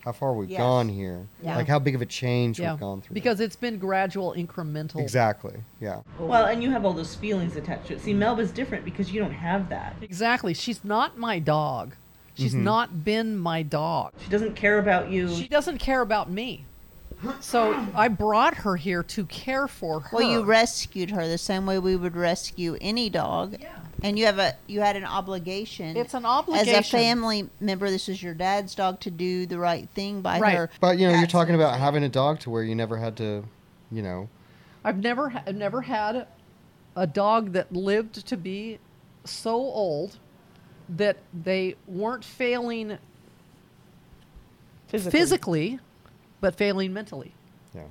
[SPEAKER 3] how far we've
[SPEAKER 1] Yes.
[SPEAKER 3] gone here,
[SPEAKER 1] Yeah.
[SPEAKER 3] like how big of a change
[SPEAKER 2] yeah,
[SPEAKER 3] we've gone through.
[SPEAKER 2] because it's been gradual, incremental.
[SPEAKER 3] exactly, yeah,
[SPEAKER 6] Well, and you have all those feelings attached to it. See, Melba's different because you don't have that.
[SPEAKER 2] Exactly. She's not my dog. She's
[SPEAKER 3] Mhm.
[SPEAKER 2] not been my dog.
[SPEAKER 6] She doesn't care about you.
[SPEAKER 2] She doesn't care about me. So I brought her here to care for her.
[SPEAKER 1] Well, you rescued her the same way we would rescue any dog,
[SPEAKER 2] Yeah.
[SPEAKER 1] and you have a you had an obligation.
[SPEAKER 2] It's an
[SPEAKER 1] as
[SPEAKER 2] obligation.
[SPEAKER 1] a family member. This is your dad's dog to do the right thing by
[SPEAKER 2] Right.
[SPEAKER 1] her.
[SPEAKER 3] but you know, you're
[SPEAKER 1] That's
[SPEAKER 3] talking
[SPEAKER 1] it.
[SPEAKER 3] about having a dog to where you never had to, you know,
[SPEAKER 2] I've never, ha- I've never had a dog that lived to be so old that they weren't failing
[SPEAKER 5] physically.
[SPEAKER 2] physically, but failing mentally.
[SPEAKER 3] yeah,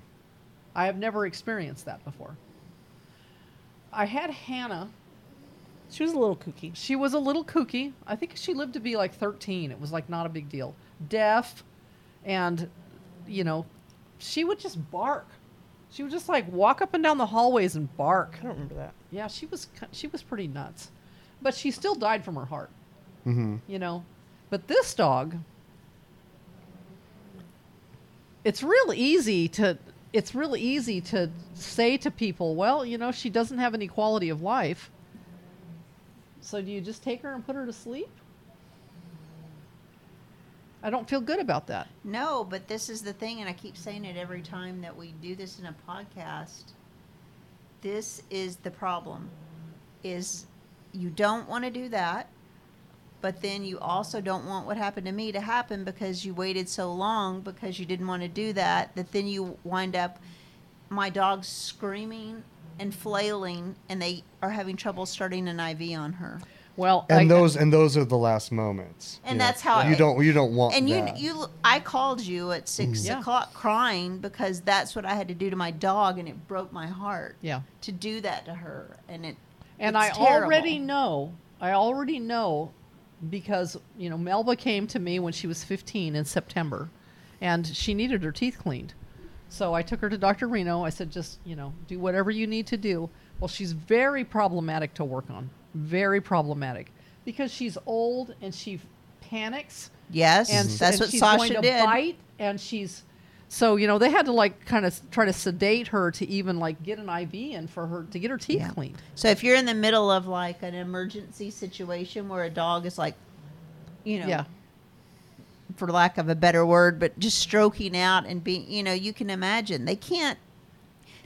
[SPEAKER 2] I have never experienced that before. I had Hannah.
[SPEAKER 5] She was a little kooky.
[SPEAKER 2] She was a little kooky. I think she lived to be like 13. It was like not a big deal. Deaf, and you know, she would just bark. She would just like walk up and down the hallways and bark.
[SPEAKER 5] I don't remember that.
[SPEAKER 2] Yeah, she was ki- she was pretty nuts, but she still died from her heart.
[SPEAKER 3] mm-hmm.
[SPEAKER 2] You know, but this dog, it's real easy to it's real easy to say to people, well, you know, she doesn't have any quality of life. So do you just take her and put her to sleep? I don't feel good about that.
[SPEAKER 1] No, but this is the thing, and I keep saying it every time that we do this in a podcast. This is the problem: is you don't want to do that, but then you also don't want what happened to me to happen because you waited so long because you didn't want to do that. That then you wind up my dog's screaming and flailing, and they are having trouble starting an IV on her.
[SPEAKER 2] Well,
[SPEAKER 3] and
[SPEAKER 2] I-
[SPEAKER 3] those and those are the last moments,
[SPEAKER 1] And
[SPEAKER 3] you know.
[SPEAKER 1] that's how
[SPEAKER 3] you
[SPEAKER 1] I-
[SPEAKER 3] don't you don't want
[SPEAKER 1] and you
[SPEAKER 3] that.
[SPEAKER 1] you i called you at 6
[SPEAKER 2] Yeah.
[SPEAKER 1] o'clock crying because that's what i had to do to my dog and it broke my heart
[SPEAKER 2] yeah.
[SPEAKER 1] to do that to her and it
[SPEAKER 2] and
[SPEAKER 1] it's
[SPEAKER 2] I already
[SPEAKER 1] terrible.
[SPEAKER 2] know. I already know because you know Melba came to me when she was 15 in September, and she needed her teeth cleaned. So I took her to Dr. Reno. I said, just you know, do whatever you need to do. Well, she's very problematic to work on. Very problematic because she's old and she panics
[SPEAKER 1] yes
[SPEAKER 2] and
[SPEAKER 1] that's
[SPEAKER 2] and
[SPEAKER 1] what
[SPEAKER 2] she's
[SPEAKER 1] sasha
[SPEAKER 2] going to
[SPEAKER 1] did
[SPEAKER 2] bite, and she's so you know they had to like kind of try to sedate her to even like get an IV in for her to get her teeth
[SPEAKER 1] Yeah.
[SPEAKER 2] cleaned.
[SPEAKER 1] so if you're in the middle of like an emergency situation where a dog is like you know
[SPEAKER 2] Yeah.
[SPEAKER 1] for lack of a better word, but just stroking out and being, you know, you can imagine they can't.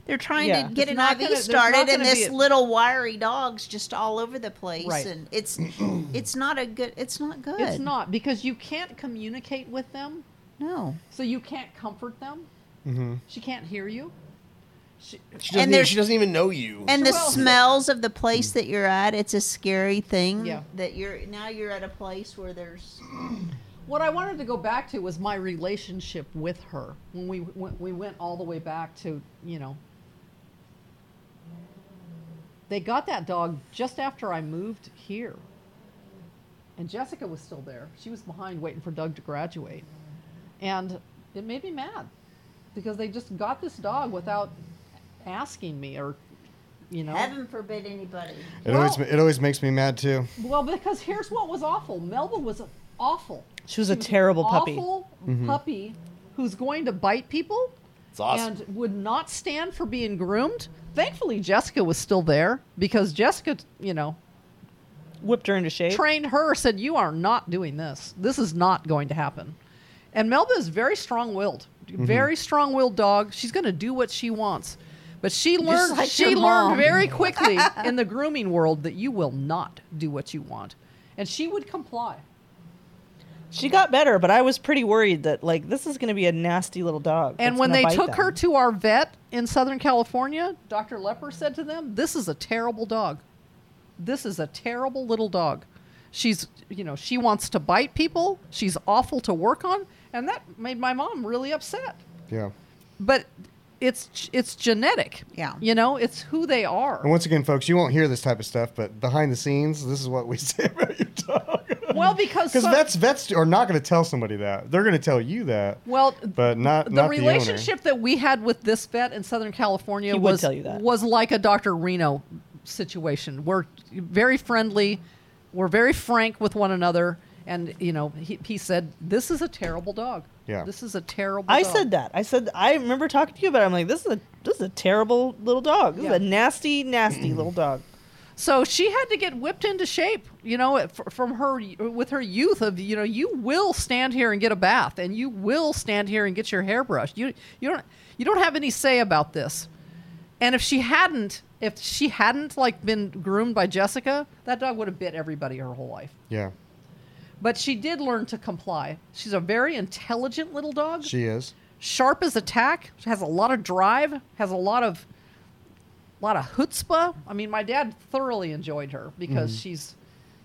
[SPEAKER 1] They're trying
[SPEAKER 6] Yeah.
[SPEAKER 1] to get
[SPEAKER 6] There's
[SPEAKER 1] an
[SPEAKER 6] not
[SPEAKER 1] IV
[SPEAKER 6] gonna- there's not
[SPEAKER 1] started, and
[SPEAKER 6] gonna be
[SPEAKER 1] this
[SPEAKER 6] a-
[SPEAKER 1] little wiry dog's just all over the place,
[SPEAKER 2] Right.
[SPEAKER 1] and it's it's not a good. It's not good.
[SPEAKER 2] It's not because you can't communicate with them,
[SPEAKER 1] No.
[SPEAKER 2] so you can't comfort them.
[SPEAKER 3] Mm-hmm.
[SPEAKER 2] She can't hear you. She,
[SPEAKER 4] She doesn't,
[SPEAKER 1] And
[SPEAKER 4] even,
[SPEAKER 1] there's-
[SPEAKER 4] she doesn't even know you.
[SPEAKER 1] And the
[SPEAKER 2] Well-
[SPEAKER 1] smells of the place that you're at, it's a scary thing.
[SPEAKER 2] Yeah.
[SPEAKER 1] That you're now you're at a place where there's
[SPEAKER 2] What I wanted to go back to was my relationship with her when we when we went all the way back to you know. They got that dog just after I moved here. And Jessica was still there. She was behind waiting for Doug to graduate. And it made me mad because they just got this dog without asking me or, you know.
[SPEAKER 1] heaven forbid anybody.
[SPEAKER 3] It always
[SPEAKER 2] Well-
[SPEAKER 3] it always makes me mad too.
[SPEAKER 2] Well, because here's what was awful. Melba was awful.
[SPEAKER 5] She was a terrible
[SPEAKER 2] an
[SPEAKER 5] puppy.
[SPEAKER 2] Awful puppy who's going to bite people
[SPEAKER 4] Mm-hmm. it's awesome.
[SPEAKER 2] and would not stand for being groomed. Thankfully, Jessica was still there because Jessica, you know,
[SPEAKER 5] Whipped her into shape.
[SPEAKER 2] trained her, said, You are not doing this. This is not going to happen. And Melba is very strong willed, very strong willed dog. She's going to do what she wants. But she learned
[SPEAKER 1] like
[SPEAKER 2] she
[SPEAKER 1] your
[SPEAKER 2] learned
[SPEAKER 1] mom.
[SPEAKER 2] very quickly in the grooming world that you will not do what you want. And she would comply.
[SPEAKER 5] She got better, but I was pretty worried that like this is going to be a nasty little dog.
[SPEAKER 2] And
[SPEAKER 5] that's
[SPEAKER 2] when
[SPEAKER 5] gonna
[SPEAKER 2] they
[SPEAKER 5] bite
[SPEAKER 2] took
[SPEAKER 5] them.
[SPEAKER 2] her to our vet in Southern California, Dr. Lepper said to them, This is a terrible dog. This is a terrible little dog. She's, you know, she wants to bite people. She's awful to work on. And that made my mom really upset.
[SPEAKER 3] Yeah.
[SPEAKER 2] But it's it's genetic.
[SPEAKER 1] Yeah.
[SPEAKER 2] You know, it's who they are.
[SPEAKER 3] And once again, folks, you won't hear this type of stuff, but behind the scenes, this is what we say about your dog.
[SPEAKER 2] Well, because
[SPEAKER 3] Because
[SPEAKER 2] some-
[SPEAKER 3] vets vets are not going to tell somebody that. They're going to tell you that.
[SPEAKER 2] Well,
[SPEAKER 3] but not
[SPEAKER 2] the
[SPEAKER 3] not owner.
[SPEAKER 2] relationship that we had with this vet in Southern California
[SPEAKER 5] He would
[SPEAKER 2] was
[SPEAKER 5] tell you that.
[SPEAKER 2] was like a Dr. Reno situation. We're very friendly, we're very frank with one another, and you know he, he said this is a terrible dog.
[SPEAKER 3] Yeah.
[SPEAKER 2] this is a terrible.
[SPEAKER 5] I
[SPEAKER 2] dog."
[SPEAKER 5] said that. I said I remember talking to you about. It. I'm like, this is a this is a terrible little dog. This
[SPEAKER 2] Yeah.
[SPEAKER 5] is a nasty, nasty little dog.
[SPEAKER 2] So she had to get whipped into shape, you know, f- from her with her youth of you know you will stand here and get a bath, and you will stand here and get your hair brushed. You you don't you don't have any say about this. And if she hadn't, if she hadn't like been groomed by Jessica, that dog would have bit everybody her whole life.
[SPEAKER 3] Yeah,
[SPEAKER 2] But she did learn to comply. She's a very intelligent little dog
[SPEAKER 3] she is.
[SPEAKER 2] sharp as attack. Has a lot of drive. Has a lot of, lot of chutzpah. I mean, my dad thoroughly enjoyed her because
[SPEAKER 3] Mm-hmm.
[SPEAKER 2] she's,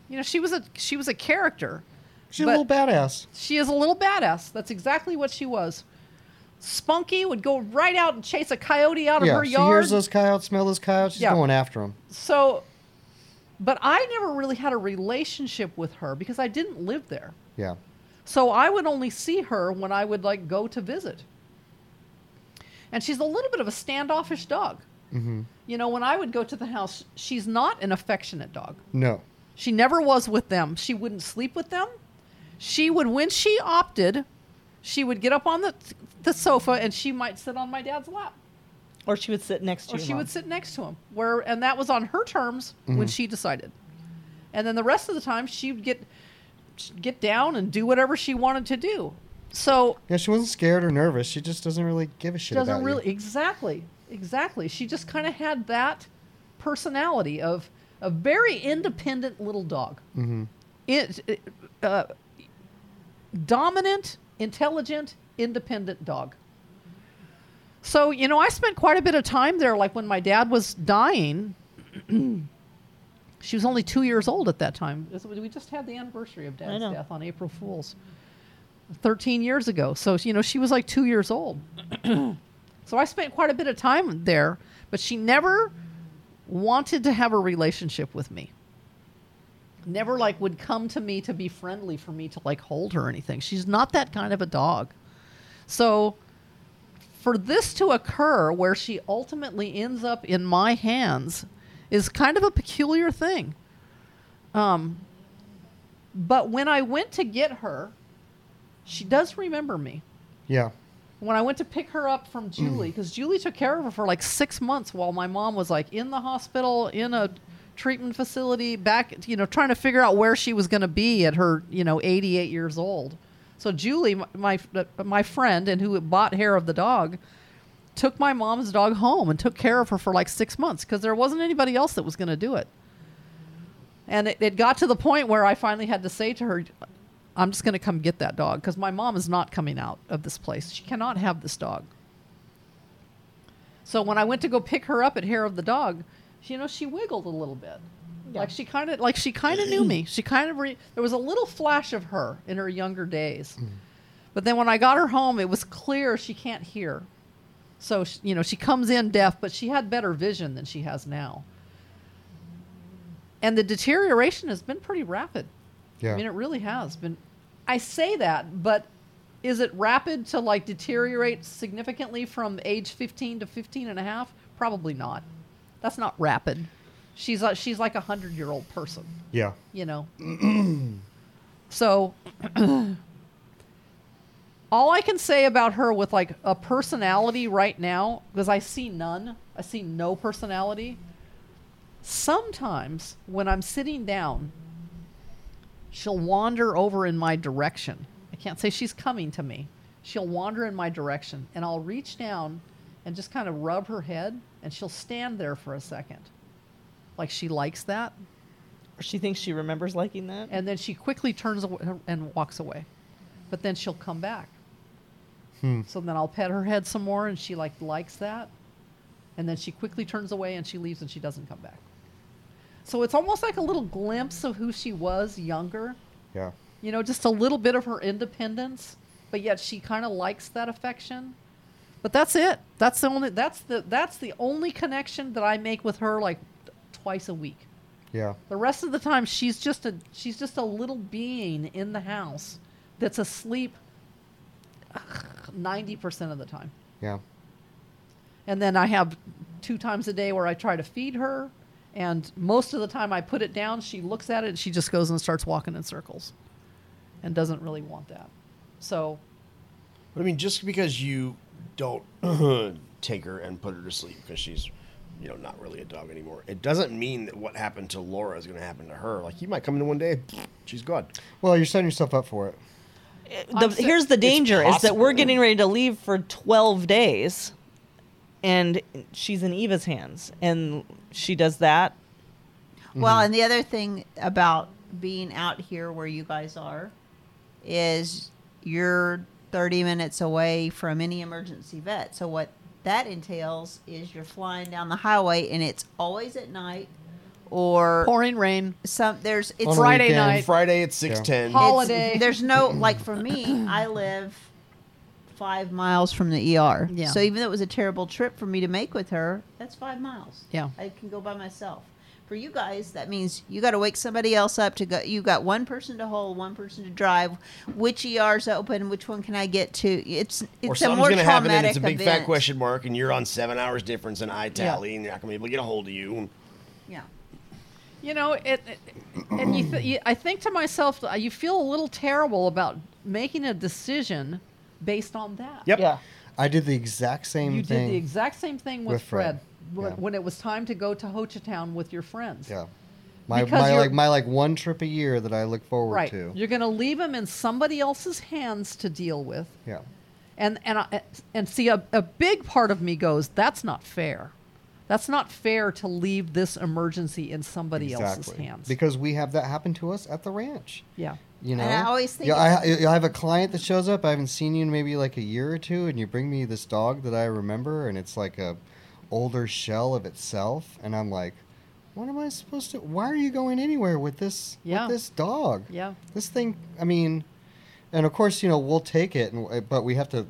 [SPEAKER 2] you know, she was a she was a character.
[SPEAKER 3] She's
[SPEAKER 2] But-
[SPEAKER 3] a little badass.
[SPEAKER 2] She is a little badass. That's exactly what she was. Spunky would go right out and chase a coyote out of
[SPEAKER 3] Yeah,
[SPEAKER 2] her
[SPEAKER 3] she
[SPEAKER 2] yard.
[SPEAKER 3] hears those coyotes, smell those coyotes. She's
[SPEAKER 2] Yeah.
[SPEAKER 3] going after them.
[SPEAKER 2] so, but I never really had a relationship with her because I didn't live there.
[SPEAKER 3] Yeah,
[SPEAKER 2] So I would only see her when I would like go to visit. And she's a little bit of a standoffish dog.
[SPEAKER 3] hmm
[SPEAKER 2] You know, when I would go to the house, she's not an affectionate dog.
[SPEAKER 3] no,
[SPEAKER 2] She never was with them. She wouldn't sleep with them. She would, when she opted, she would get up on the, the sofa and she might sit on my dad's lap
[SPEAKER 5] Or she would sit next to
[SPEAKER 2] or
[SPEAKER 5] your
[SPEAKER 2] she
[SPEAKER 5] mom.
[SPEAKER 2] would sit next to him where and that was on her terms
[SPEAKER 3] Mm-hmm.
[SPEAKER 2] when she decided and then the rest of the time she would get she'd get down and do whatever she wanted to do so
[SPEAKER 3] yeah, she wasn't scared or nervous. She just doesn't really give a shit
[SPEAKER 2] doesn't
[SPEAKER 3] about
[SPEAKER 2] really
[SPEAKER 3] you.
[SPEAKER 2] exactly exactly she just kind of had that personality of a very independent little dog
[SPEAKER 3] Mhm.
[SPEAKER 2] it, uh, dominant intelligent independent dog so you know i spent quite a bit of time there like when my dad was dying she was only two years old at that time This- we just had the anniversary of dad's
[SPEAKER 5] know.
[SPEAKER 2] death on april fools 13 years ago. So, you know, she was like two years old. so I spent quite a bit of time there, but she never wanted to have a relationship with me. Never like would come to me to be friendly for me to like hold her or anything. She's not that kind of a dog. So for this to occur where she ultimately ends up in my hands is kind of a peculiar thing. Um, but when I went to get her, she does remember me.
[SPEAKER 3] Yeah,
[SPEAKER 2] When I went to pick her up from Julie, because Julie took care of her for like six months while my mom was like in the hospital, in a treatment facility, back, you know, trying to figure out where she was going to be at her, you know, 88 years old. So Julie, my my, uh, my friend and who bought hair of the dog, took my mom's dog home and took care of her for like six months because there wasn't anybody else that was going to do it. And it, it got to the point where I finally had to say to her, I'm just going to come get that dog because my mom is not coming out of this place. She cannot have this dog. So when I went to go pick her up at hair of the dog, she, you know, she wiggled a little bit. Like she kind of like she kind of knew me. She kind of re- there was a little flash of her in her younger days. But then when I got her home, it was clear she can't hear. So sh you know, she comes in deaf, but she had better vision than she has now. And the deterioration has been pretty rapid.
[SPEAKER 3] Yeah.
[SPEAKER 2] I mean, it really has been. I say that, but is it rapid to like deteriorate significantly from age 15 to 15 and a half? Probably not. That's not rapid. She's a, she's like a 100-year-old person,
[SPEAKER 3] yeah.
[SPEAKER 2] you know. so all I can say about her with like a personality right now because I see none. I see no personality. Sometimes when I'm sitting down she'll wander over in my direction. I can't say she's coming to me. She'll wander in my direction, and I'll reach down and just kind of rub her head, and she'll stand there for a second. Like she likes that.
[SPEAKER 5] She thinks she remembers liking that.
[SPEAKER 2] And then she quickly turns away and walks away. But then she'll come back. So then I'll pet her head some more, and she like likes that. And then she quickly turns away and she leaves and she doesn't come back. So it's almost like a little glimpse of who she was younger.
[SPEAKER 3] Yeah.
[SPEAKER 2] You know, just a little bit of her independence, but yet she kind of likes that affection. But that's it. That's the only that's the that's the only connection that I make with her like t- twice a week.
[SPEAKER 3] Yeah.
[SPEAKER 2] The rest of the time she's just a she's just a little being in the house that's asleep 90% of the time.
[SPEAKER 3] Yeah.
[SPEAKER 2] And then I have two times a day where I try to feed her. And most of the time I put it down, she looks at it and she just goes and starts walking in circles and doesn't really want that. So,
[SPEAKER 4] But I mean, just because you don't take her and put her to sleep because she's, you know, not really a dog anymore, it doesn't mean that what happened to Laura is going to happen to her. Like, you might come in one day, she's gone.
[SPEAKER 3] Well, you're setting yourself up for it.
[SPEAKER 5] the,
[SPEAKER 2] so-
[SPEAKER 5] here's the danger is that we're
[SPEAKER 4] possible.
[SPEAKER 5] getting ready to leave for 12 days and she's in eva's hands and she does that
[SPEAKER 1] Well, and the other thing about being out here where you guys are is you're 30 minutes away from any emergency vet. So what that entails is you're flying down the highway and it's always at night or
[SPEAKER 2] pouring rain.
[SPEAKER 1] some there's it's
[SPEAKER 3] On a
[SPEAKER 2] Friday
[SPEAKER 3] weekend.
[SPEAKER 2] night.
[SPEAKER 4] Friday at 6.10.
[SPEAKER 2] Yeah.
[SPEAKER 1] it's-
[SPEAKER 2] holiday.
[SPEAKER 1] There's no like for me, I live 5 miles from the ER.
[SPEAKER 2] Yeah.
[SPEAKER 1] So even though it was a terrible trip for me to make with her, that's 5 miles.
[SPEAKER 2] Yeah.
[SPEAKER 1] I can go by myself. For you guys, that means you got to wake somebody else up to go. You got one person to hold, one person to drive. Which ER's open? Which one can I get to? It's
[SPEAKER 4] or
[SPEAKER 1] it's a
[SPEAKER 4] something's
[SPEAKER 1] more
[SPEAKER 4] going to
[SPEAKER 1] traumatic
[SPEAKER 4] happen and it's a big fat
[SPEAKER 1] event.
[SPEAKER 4] question mark and you're on seven hours difference and I tally and you're not going to be able to get a hold of you.
[SPEAKER 1] Yeah.
[SPEAKER 2] You know, it, it- and you, th- you, I think to myself, uh, you feel a little terrible about making a decision based on that.
[SPEAKER 4] Yep.
[SPEAKER 5] yeah
[SPEAKER 3] I did the exact same
[SPEAKER 2] You
[SPEAKER 3] thing.
[SPEAKER 2] did the exact same thing with,
[SPEAKER 3] with Fred.
[SPEAKER 2] Fred, when-
[SPEAKER 3] Yeah.
[SPEAKER 2] when it was time to go to Ho Chi Town with your friends.
[SPEAKER 3] yeah. My,
[SPEAKER 2] Because
[SPEAKER 3] my
[SPEAKER 2] you're-
[SPEAKER 3] like my like one trip a year that I look forward
[SPEAKER 2] Right.
[SPEAKER 3] to.
[SPEAKER 2] You're going to leave them in somebody else's hands to deal with.
[SPEAKER 3] Yeah.
[SPEAKER 2] And and I, and see a, a big part of me goes, that's not fair. That's not fair to leave this emergency in somebody else's
[SPEAKER 3] Exactly.
[SPEAKER 2] hands.
[SPEAKER 3] Because we have that happen to us at the ranch.
[SPEAKER 2] yeah.
[SPEAKER 3] You
[SPEAKER 1] And
[SPEAKER 3] know,
[SPEAKER 1] I always think
[SPEAKER 3] yeah, I, I have a client that shows up. I haven't seen you in maybe like a year or two, and you bring me this dog that I remember, and it's like a older shell of itself, and I'm like, what am I supposed to? Why are you going anywhere with this?
[SPEAKER 2] Yeah.
[SPEAKER 3] with this dog.
[SPEAKER 2] Yeah.
[SPEAKER 3] this thing. I mean, and of course, you know, we'll take it, and, uh, but we have to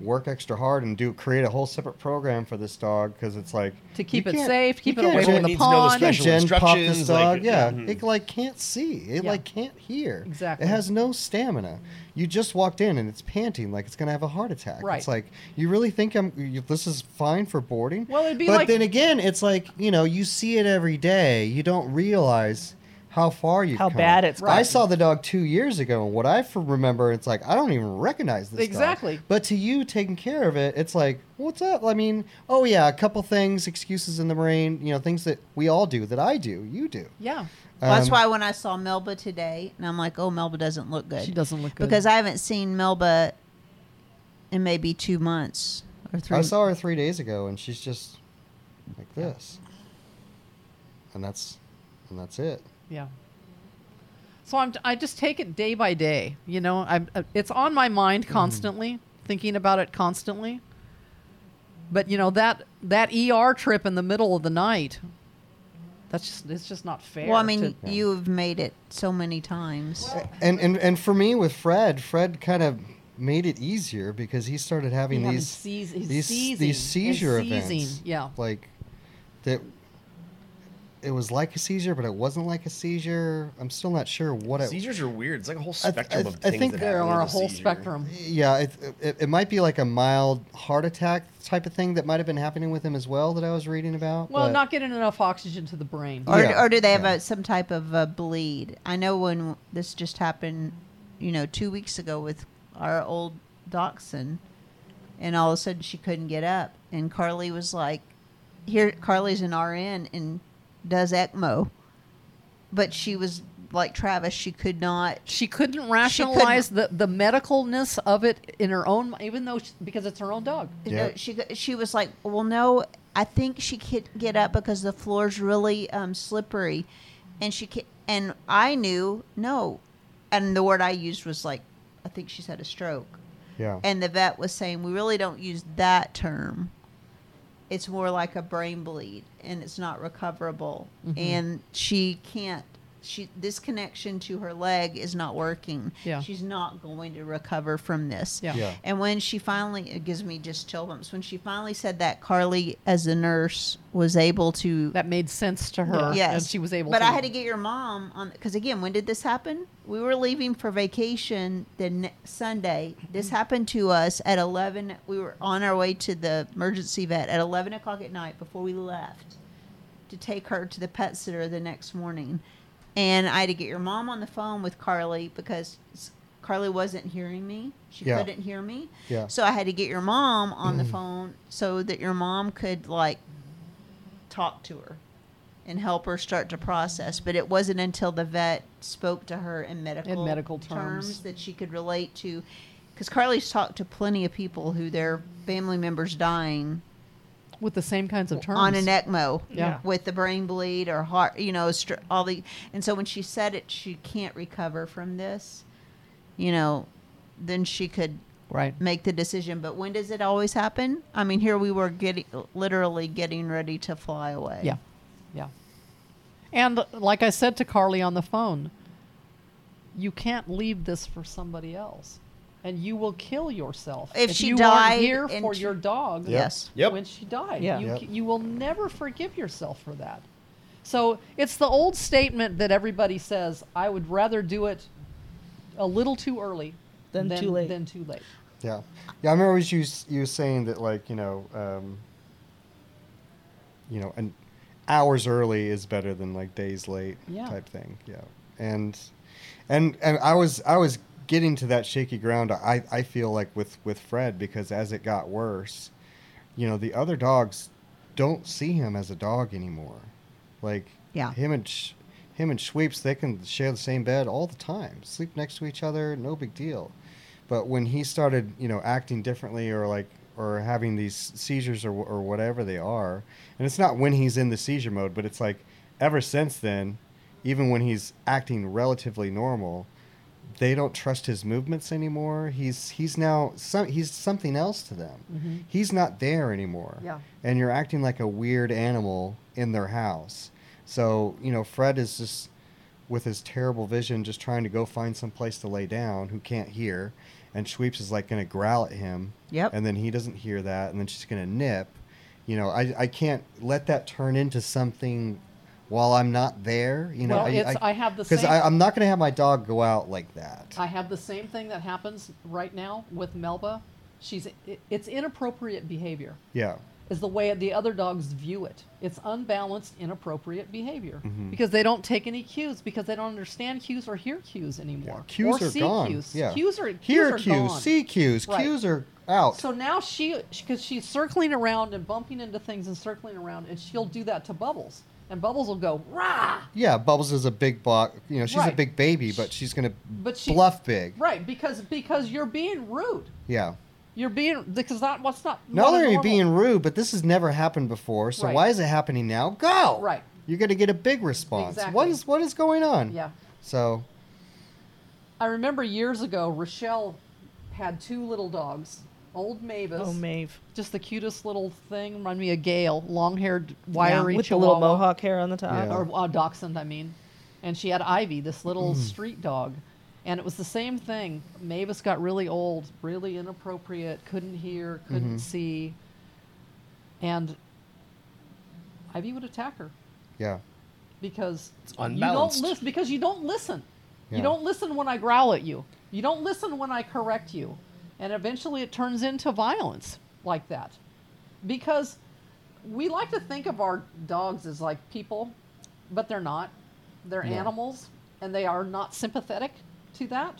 [SPEAKER 3] work extra hard and do create a whole separate program for this dog because it's like
[SPEAKER 2] To keep
[SPEAKER 3] you
[SPEAKER 2] it
[SPEAKER 3] can't-
[SPEAKER 2] safe, keep
[SPEAKER 3] you
[SPEAKER 2] it away
[SPEAKER 3] can't
[SPEAKER 2] from
[SPEAKER 3] gen-
[SPEAKER 2] the
[SPEAKER 4] needs to know the
[SPEAKER 2] pond.
[SPEAKER 4] special
[SPEAKER 3] Gen pop this
[SPEAKER 4] instructions, like-
[SPEAKER 3] dog, yeah.
[SPEAKER 4] Mhm.
[SPEAKER 3] It like can't see. It
[SPEAKER 2] Yeah.
[SPEAKER 3] like can't hear.
[SPEAKER 2] Exactly.
[SPEAKER 3] It has no stamina. You just walked in and it's panting like it's gonna have a heart attack.
[SPEAKER 2] Right.
[SPEAKER 3] It's like you really think I'm. You, this is fine for boarding.
[SPEAKER 2] Well, it'd be
[SPEAKER 3] but
[SPEAKER 2] like-
[SPEAKER 3] then again, it's like you know you see it every day. You don't realize how far you
[SPEAKER 5] How bad it's
[SPEAKER 3] I
[SPEAKER 5] gotten.
[SPEAKER 3] saw the dog two years ago, and what I f- remember, it's like I don't even recognize this. dog.
[SPEAKER 5] Exactly.
[SPEAKER 3] But to you taking care of it, it's like, what's up? I mean, oh yeah, a couple things, excuses in the brain, you know, things that we all do, that I do, you do.
[SPEAKER 2] Yeah.
[SPEAKER 1] Well, that's
[SPEAKER 3] Um,
[SPEAKER 1] why when I saw Melba today, and I'm like, oh, Melba doesn't look good.
[SPEAKER 2] She doesn't look good.
[SPEAKER 1] Because I haven't seen Melba in maybe two months or three.
[SPEAKER 3] I saw her three days ago, and she's just like this, and that's and that's it.
[SPEAKER 2] Yeah. So I'm, I just take it day by day. You know, I'm, uh, it's on my mind constantly, thinking about it constantly. But you know that that ER trip in the middle of the night. That's just it's just not fair.
[SPEAKER 1] well, I
[SPEAKER 2] to-
[SPEAKER 1] mean, you have made it so many times.
[SPEAKER 3] And and and for me with Fred, Fred kind of made it easier because he started having
[SPEAKER 2] He having
[SPEAKER 3] these
[SPEAKER 2] seiz- he's
[SPEAKER 3] these
[SPEAKER 2] seizing.
[SPEAKER 3] these
[SPEAKER 2] He's
[SPEAKER 3] seizure
[SPEAKER 2] seizing,
[SPEAKER 3] events.
[SPEAKER 2] yeah.
[SPEAKER 3] like that. It was like a seizure, but it wasn't like a seizure. I'm still not sure what it.
[SPEAKER 4] Seizures are weird. It's like a whole
[SPEAKER 3] uh, I-
[SPEAKER 4] spectrum of
[SPEAKER 3] I
[SPEAKER 4] things.
[SPEAKER 3] think
[SPEAKER 4] that
[SPEAKER 2] there
[SPEAKER 4] happen
[SPEAKER 2] are
[SPEAKER 4] with
[SPEAKER 2] a whole
[SPEAKER 4] seizure.
[SPEAKER 2] spectrum.
[SPEAKER 3] Yeah, it, it it might be like a mild heart attack type of thing that might have been happening with him as well that I was reading about.
[SPEAKER 2] Well,
[SPEAKER 3] but-
[SPEAKER 2] not getting enough oxygen to the brain.
[SPEAKER 1] Or,
[SPEAKER 3] Yeah,
[SPEAKER 1] or do they have
[SPEAKER 3] yeah.
[SPEAKER 1] a, some type of a bleed? I know when this just happened, you know, two weeks ago with our old dachshund, and all of a sudden she couldn't get up. And Carly was like, here, Carly's an RN and does E ECMO. But she was like Travis, she could not.
[SPEAKER 2] she couldn't rationalize the the medicalness of it in her own, even though she, because it's her own dog.
[SPEAKER 1] you
[SPEAKER 3] Yeah.
[SPEAKER 1] know, she, go- she was like, well, no, I think she can't get up because the floor's really um, slippery. And she can, and I knew, no. And the word I used was like, I think she's had a stroke.
[SPEAKER 3] yeah.
[SPEAKER 1] And the vet was saying, we really don't use that term. It's more like a brain bleed and it's not recoverable.
[SPEAKER 2] Mm-hmm.
[SPEAKER 1] And she can't, she, this connection to her leg is not working.
[SPEAKER 2] Yeah.
[SPEAKER 1] She's not going to recover from this.
[SPEAKER 2] Yeah.
[SPEAKER 3] Yeah.
[SPEAKER 1] And when she finally, it gives me just chill bumps. When she finally said that, Carly, as a nurse, was able to.
[SPEAKER 2] That made sense to her.
[SPEAKER 1] yes.
[SPEAKER 2] And she was able
[SPEAKER 1] But
[SPEAKER 2] to.
[SPEAKER 1] I had to get your mom on. Because again, when did this happen? We were leaving for vacation the ne- Sunday.
[SPEAKER 2] Mm-hmm.
[SPEAKER 1] This happened to us at 11. We were on our way to the emergency vet at 11 o'clock at night before we left to take her to the pet sitter the next morning. And I had to get your mom on the phone with Carly because s- Carly wasn't hearing me. She
[SPEAKER 3] Yeah.
[SPEAKER 1] couldn't hear me.
[SPEAKER 3] Yeah.
[SPEAKER 1] So I had to get your mom on
[SPEAKER 2] Mm.
[SPEAKER 1] the phone so that your mom could like talk to her and help her start to process. But it wasn't until the vet spoke to her in medical
[SPEAKER 2] medical terms.
[SPEAKER 1] that she could relate to. Because Carly's talked to plenty of people who their family members dying
[SPEAKER 2] with the same kinds of terms
[SPEAKER 1] on an E ECMO
[SPEAKER 2] Yeah.
[SPEAKER 1] with the brain bleed or heart, you know, str- all the. And so when she said it, she can't recover from this, you know, then she could
[SPEAKER 2] right
[SPEAKER 1] make the decision. But when does it always happen? I mean, here we were getting literally getting ready to fly away.
[SPEAKER 2] yeah yeah and like i said to carly on the phone you can't leave this for somebody else and you will kill yourself
[SPEAKER 1] If she
[SPEAKER 2] you
[SPEAKER 1] died
[SPEAKER 2] aren't here
[SPEAKER 1] and
[SPEAKER 2] for
[SPEAKER 1] she-
[SPEAKER 2] your dog
[SPEAKER 1] Yes.
[SPEAKER 4] Yep.
[SPEAKER 2] when she died
[SPEAKER 5] Yeah.
[SPEAKER 2] you,
[SPEAKER 3] Yep.
[SPEAKER 2] c- you will never forgive yourself for that so it's the old statement that everybody says i would rather do it a little too early
[SPEAKER 5] Than too late."
[SPEAKER 2] than too late
[SPEAKER 3] Yeah, yeah. I remember you s- you saying that like you know, um, you know, an hours early is better than like days late
[SPEAKER 2] Yeah.
[SPEAKER 3] type thing. Yeah, and and and I was I was getting to that shaky ground. I I feel like with with Fred because as it got worse, you know, the other dogs don't see him as a dog anymore. Like
[SPEAKER 1] Yeah.
[SPEAKER 3] him and. Sh- him and Sweeps, they can share the same bed all the time, sleep next to each other, no big deal. But when he started, you know, acting differently or like or having these seizures or, wh- or whatever they are, and it's not when he's in the seizure mode, but it's like ever since then, even when he's acting relatively normal, they don't trust his movements anymore. He's he's now some, he's something else to them. He's not there anymore.
[SPEAKER 2] Yeah.
[SPEAKER 3] And you're acting like a weird animal in their house. So, you know, Fred is just with his terrible vision just trying to go find some place to lay down who can't hear and Sweeps is like going to growl at him.
[SPEAKER 1] Yep.
[SPEAKER 3] And then he doesn't hear that and then she's going to nip. You know, I I can't let that turn into something while I'm not there, you know.
[SPEAKER 2] Well, it's- I have the
[SPEAKER 3] Cuz
[SPEAKER 2] same-
[SPEAKER 3] I'm not going to have my dog go out like that.
[SPEAKER 2] I have the same thing that happens right now with Melba. She's it, it's inappropriate behavior.
[SPEAKER 3] yeah.
[SPEAKER 2] is the way the other dogs view it. It's unbalanced, inappropriate behavior
[SPEAKER 3] Mm-hmm.
[SPEAKER 2] because they don't take any cues because they don't understand cues or hear cues anymore.
[SPEAKER 3] Cues
[SPEAKER 2] or
[SPEAKER 3] are
[SPEAKER 2] see
[SPEAKER 3] gone.
[SPEAKER 2] Cues.
[SPEAKER 3] Yeah.
[SPEAKER 2] cues are cues
[SPEAKER 3] Here
[SPEAKER 2] are
[SPEAKER 3] cues,
[SPEAKER 2] gone.
[SPEAKER 3] see cues.
[SPEAKER 2] Right.
[SPEAKER 3] Cues are out.
[SPEAKER 2] So now she, because she's circling around and bumping into things and circling around, and she'll do that to Bubbles, and Bubbles will go rah.
[SPEAKER 3] yeah, Bubbles is a big block. You know, she's
[SPEAKER 2] Right.
[SPEAKER 3] a big baby, but she's gonna
[SPEAKER 2] But she-
[SPEAKER 3] bluff big.
[SPEAKER 2] Right, because because you're being rude.
[SPEAKER 3] Yeah.
[SPEAKER 2] You're being because that what's not.
[SPEAKER 3] Not
[SPEAKER 2] what a
[SPEAKER 3] only are you
[SPEAKER 2] normal-
[SPEAKER 3] being rude, but this has never happened before. So
[SPEAKER 2] Right.
[SPEAKER 3] why is it happening now? Go.
[SPEAKER 2] Right.
[SPEAKER 3] You're gonna get a big response. What
[SPEAKER 2] Exactly.
[SPEAKER 3] is what is going on?
[SPEAKER 2] Yeah.
[SPEAKER 3] So
[SPEAKER 2] I remember years ago, Rochelle had two little dogs, old Mavis,
[SPEAKER 5] Oh, Maeve.
[SPEAKER 2] just the cutest little thing, remind me of Gail, long-haired, wiry
[SPEAKER 5] Yeah, with
[SPEAKER 2] Chihuahua,
[SPEAKER 5] the little mohawk hair on the top.
[SPEAKER 3] Yeah.
[SPEAKER 2] or uh, dachshund, I mean. And she had Ivy, this little
[SPEAKER 5] Mm-hmm.
[SPEAKER 2] street dog, and it was the same thing. Mavis got really old, really inappropriate, couldn't hear, couldn't
[SPEAKER 5] Mm-hmm.
[SPEAKER 2] see, and Ivy would attack her
[SPEAKER 3] yeah.
[SPEAKER 2] because you don't
[SPEAKER 4] unbalanced.
[SPEAKER 2] listen because you don't listen.
[SPEAKER 3] Yeah.
[SPEAKER 2] You don't listen when I growl at you. You don't listen when I correct you. And eventually it turns into violence like that. Because we like to think of our dogs as like people, but they're not. They're
[SPEAKER 3] No.
[SPEAKER 2] animals and they are not sympathetic to that.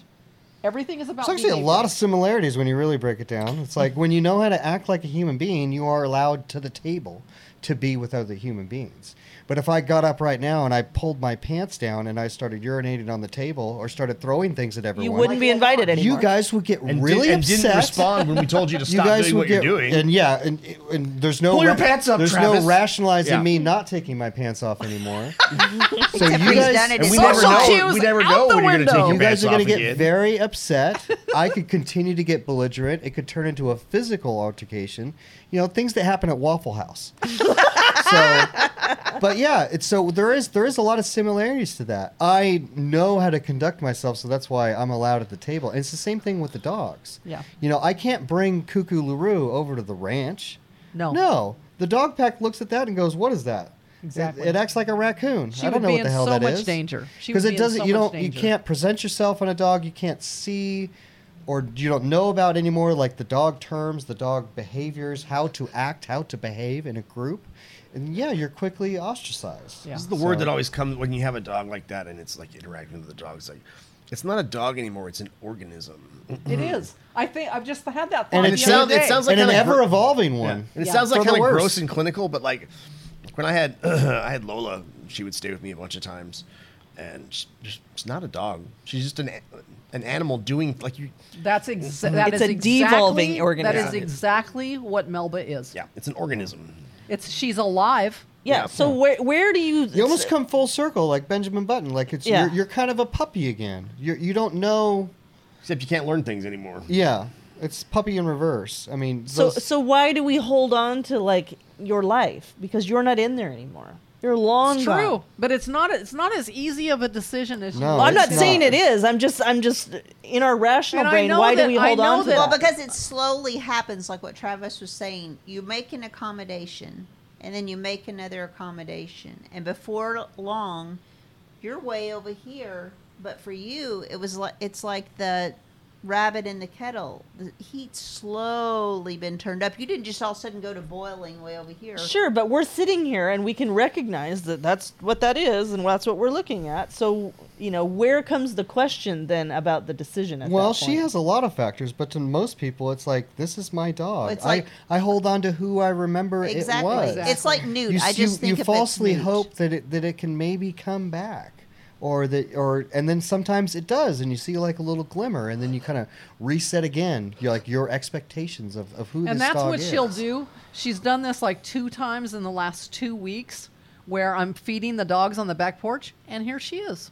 [SPEAKER 2] Everything is about
[SPEAKER 3] It's actually a
[SPEAKER 2] behavior.
[SPEAKER 3] lot of similarities when you really break it down. It's like when you know how to act like a human being, you are allowed to the table to be with other human beings. But if I got up right now and I pulled my pants down and I started urinating on the table or started throwing things at everyone,
[SPEAKER 5] You wouldn't be invited anymore.
[SPEAKER 3] you guys would get
[SPEAKER 4] And
[SPEAKER 3] really
[SPEAKER 4] did, and
[SPEAKER 3] upset.
[SPEAKER 4] didn't respond when we told you to stop doing what you're doing.
[SPEAKER 3] and yeah, and, and there's no
[SPEAKER 4] Pull your pants up,
[SPEAKER 3] there's
[SPEAKER 4] Travis.
[SPEAKER 3] no rationalizing
[SPEAKER 4] Yeah.
[SPEAKER 3] me not taking my pants off anymore. so
[SPEAKER 1] Except
[SPEAKER 3] you
[SPEAKER 1] he's
[SPEAKER 3] guys,
[SPEAKER 1] done it
[SPEAKER 4] and we
[SPEAKER 1] in
[SPEAKER 4] never
[SPEAKER 1] social
[SPEAKER 4] know.
[SPEAKER 5] cues
[SPEAKER 4] we never
[SPEAKER 5] out
[SPEAKER 4] know
[SPEAKER 5] the
[SPEAKER 4] when
[SPEAKER 5] window.
[SPEAKER 4] you're going to take your
[SPEAKER 2] Oh.
[SPEAKER 3] you guys
[SPEAKER 4] pants
[SPEAKER 3] are
[SPEAKER 4] off
[SPEAKER 3] going to get
[SPEAKER 4] again.
[SPEAKER 3] very upset. I could continue to get belligerent. It could turn into a physical altercation. You know, things that happen at Waffle House. so, but yeah, it's so there is there is a lot of similarities to that. I know how to conduct myself, so that's why I'm allowed at the table. And it's the same thing with the dogs.
[SPEAKER 2] Yeah.
[SPEAKER 3] You know, I can't bring Cuckoo Larue over to the ranch.
[SPEAKER 2] No.
[SPEAKER 3] No. The dog pack looks at that and goes, "What is that?" It-
[SPEAKER 2] Exactly.
[SPEAKER 3] It, acts like a raccoon.
[SPEAKER 2] She
[SPEAKER 3] I don't
[SPEAKER 2] would
[SPEAKER 3] know
[SPEAKER 2] be
[SPEAKER 3] what the
[SPEAKER 2] in
[SPEAKER 3] hell
[SPEAKER 2] so
[SPEAKER 3] that
[SPEAKER 2] much
[SPEAKER 3] is
[SPEAKER 2] danger. She
[SPEAKER 3] because
[SPEAKER 2] would
[SPEAKER 3] it
[SPEAKER 2] be in
[SPEAKER 3] doesn't
[SPEAKER 2] so
[SPEAKER 3] you
[SPEAKER 2] much
[SPEAKER 3] don't
[SPEAKER 2] danger.
[SPEAKER 3] you can't present yourself on a dog you can't see or you don't know about anymore like the dog terms the dog behaviors how to act how to behave in a group and yeah you're quickly ostracized
[SPEAKER 2] Yeah.
[SPEAKER 4] This is the word
[SPEAKER 3] So-
[SPEAKER 4] that always comes when you have a dog like that, and it's like interacting with the dog. It's like it's not a dog anymore; it's an organism.
[SPEAKER 3] Mm-hmm.
[SPEAKER 2] It is. I think I've just had that thought.
[SPEAKER 3] And
[SPEAKER 2] the
[SPEAKER 3] it
[SPEAKER 2] other
[SPEAKER 4] sounds- it
[SPEAKER 2] day.
[SPEAKER 4] sounds like
[SPEAKER 3] and an
[SPEAKER 4] kinda gr-
[SPEAKER 3] ever evolving one
[SPEAKER 4] And it
[SPEAKER 2] Yeah.
[SPEAKER 4] sounds like
[SPEAKER 3] For the
[SPEAKER 4] kind of
[SPEAKER 3] worse.
[SPEAKER 4] gross and clinical, but like when I had I had Lola, she would stay with me a bunch of times, and she's just, she's not a dog. She's just an a- an animal doing like you.
[SPEAKER 2] That's ex-
[SPEAKER 4] Mm-hmm.
[SPEAKER 2] that
[SPEAKER 5] It's
[SPEAKER 2] is
[SPEAKER 5] a
[SPEAKER 2] exactly-
[SPEAKER 5] devolving
[SPEAKER 2] That is
[SPEAKER 5] organism.
[SPEAKER 2] exactly what Melba is.
[SPEAKER 4] Yeah, it's an organism.
[SPEAKER 2] It's she's alive.
[SPEAKER 5] Yeah,
[SPEAKER 4] Yeah.
[SPEAKER 5] so where where do you?
[SPEAKER 3] you almost come full circle like benjamin button like it's
[SPEAKER 5] Yeah.
[SPEAKER 3] you're, you're kind of a puppy again you're, you don't know
[SPEAKER 4] Except you can't learn things anymore.
[SPEAKER 3] yeah it's puppy in reverse i mean
[SPEAKER 5] So
[SPEAKER 3] those-
[SPEAKER 5] so why do we hold on to like your life because you're not in there anymore? You're long
[SPEAKER 2] It's
[SPEAKER 5] gone.
[SPEAKER 2] true, but it's not it's not as easy of a decision as you
[SPEAKER 3] No,
[SPEAKER 5] Well, I'm
[SPEAKER 3] Oh, it's
[SPEAKER 5] not saying
[SPEAKER 3] not.
[SPEAKER 5] it is. I'm just I'm just in our rational
[SPEAKER 2] And I
[SPEAKER 5] brain.
[SPEAKER 2] know
[SPEAKER 5] Why
[SPEAKER 2] that-
[SPEAKER 5] do we
[SPEAKER 2] I
[SPEAKER 5] hold
[SPEAKER 2] know
[SPEAKER 5] on to
[SPEAKER 2] that-
[SPEAKER 5] that?
[SPEAKER 2] Yeah.
[SPEAKER 1] Well, because it slowly happens, like what Travis was saying. You make an accommodation, and then you make another accommodation, and before long, you're way over here. But for you, it was like it's like the rabbit in the kettle. The heat slowly been turned up. You didn't just all of a sudden go to boiling way over here.
[SPEAKER 5] Sure, but we're sitting here and we can recognize that that's what that is and that's what we're looking at. So, you know, where comes the question then about the decision at
[SPEAKER 3] Well,
[SPEAKER 5] that
[SPEAKER 3] she
[SPEAKER 5] point?
[SPEAKER 3] has a lot of factors, but to most people, it's like this is my dog.
[SPEAKER 1] It's
[SPEAKER 3] I,
[SPEAKER 1] like-
[SPEAKER 3] I hold on to who I remember it
[SPEAKER 1] Exactly.
[SPEAKER 3] was.
[SPEAKER 1] It's like nude.
[SPEAKER 3] You,
[SPEAKER 1] I
[SPEAKER 3] s-
[SPEAKER 1] just
[SPEAKER 3] you,
[SPEAKER 1] think
[SPEAKER 3] you
[SPEAKER 1] of it
[SPEAKER 3] falsely
[SPEAKER 1] nude.
[SPEAKER 3] hope that it that it can maybe come back, or that or and then sometimes it does, and you see like a little glimmer, and then you kind of reset again. You're like your expectations of, of who this
[SPEAKER 2] and that's
[SPEAKER 3] dog
[SPEAKER 2] what
[SPEAKER 3] is.
[SPEAKER 2] she'll do. She's done this like two times in the last two weeks, where I'm feeding the dogs on the back porch, and here she is.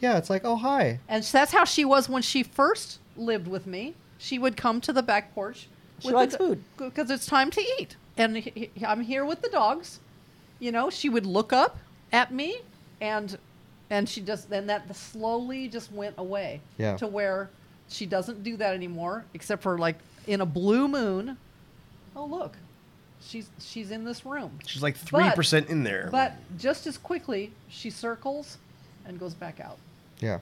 [SPEAKER 3] Yeah, it's like oh hi.
[SPEAKER 2] And so that's how she was when she first lived with me. She would come to the back porch.
[SPEAKER 5] She likes food.
[SPEAKER 2] because it's time to eat, and he, he- I'm here with the dogs. You know, she would look up at me, and and she just then that slowly just went away
[SPEAKER 3] Yeah.
[SPEAKER 2] to where she doesn't do that anymore, except for like in a blue moon. Oh look, she's she's in this room.
[SPEAKER 4] She's like
[SPEAKER 2] But-
[SPEAKER 4] three percent in there.
[SPEAKER 2] But just as quickly, she circles and goes back out
[SPEAKER 3] Yeah,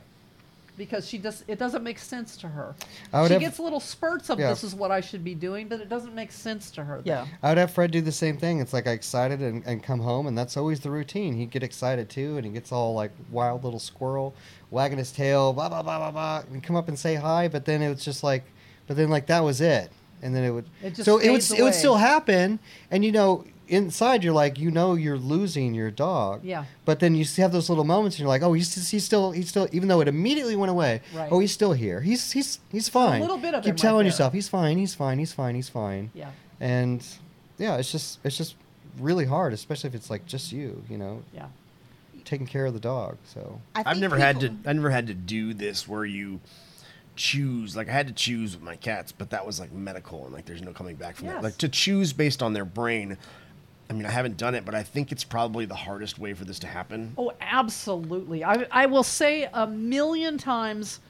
[SPEAKER 2] because she just it doesn't make sense to her.
[SPEAKER 3] I would
[SPEAKER 2] she
[SPEAKER 3] have-
[SPEAKER 2] gets little spurts of
[SPEAKER 3] Yeah.
[SPEAKER 2] this is what I should be doing, but it doesn't make sense to her.
[SPEAKER 5] Yeah.
[SPEAKER 3] I would have Fred do the same thing. It's like I excited and, and come home, and that's always the routine. He'd get excited too, and he gets all like wild little squirrel, wagging his tail, blah blah blah blah blah, and he'd come up and say hi. But then it was just like, but then like that was it, and then it would.
[SPEAKER 2] It just
[SPEAKER 3] so it would
[SPEAKER 2] fades
[SPEAKER 3] it would
[SPEAKER 2] away.
[SPEAKER 3] still happen, and you know inside you're like you know you're losing your dog.
[SPEAKER 2] Yeah.
[SPEAKER 3] But then you s- have those little moments, and you're like, oh, he's he's still he's still even though it immediately went away.
[SPEAKER 2] Right.
[SPEAKER 3] Oh, he's still here. He's he's he's fine.
[SPEAKER 2] little bit of him
[SPEAKER 3] keep
[SPEAKER 2] right
[SPEAKER 3] telling
[SPEAKER 2] there.
[SPEAKER 3] yourself he's fine. He's fine. He's fine. He's fine
[SPEAKER 2] Yeah.
[SPEAKER 3] and yeah it's just it's just really hard especially if it's like just you you know
[SPEAKER 2] Yeah.
[SPEAKER 3] taking care of the dog so
[SPEAKER 1] I
[SPEAKER 4] I've
[SPEAKER 1] think
[SPEAKER 4] never had to.
[SPEAKER 1] people-
[SPEAKER 4] I never had to do this where you choose. Like I had to choose with my cats, but that was like medical and like there's no coming back from
[SPEAKER 2] Yes.
[SPEAKER 4] that. Like to choose based on their brain. I mean, I haven't done it, but I think it's probably the hardest way for this to happen.
[SPEAKER 2] Oh, absolutely. I, I will say a million times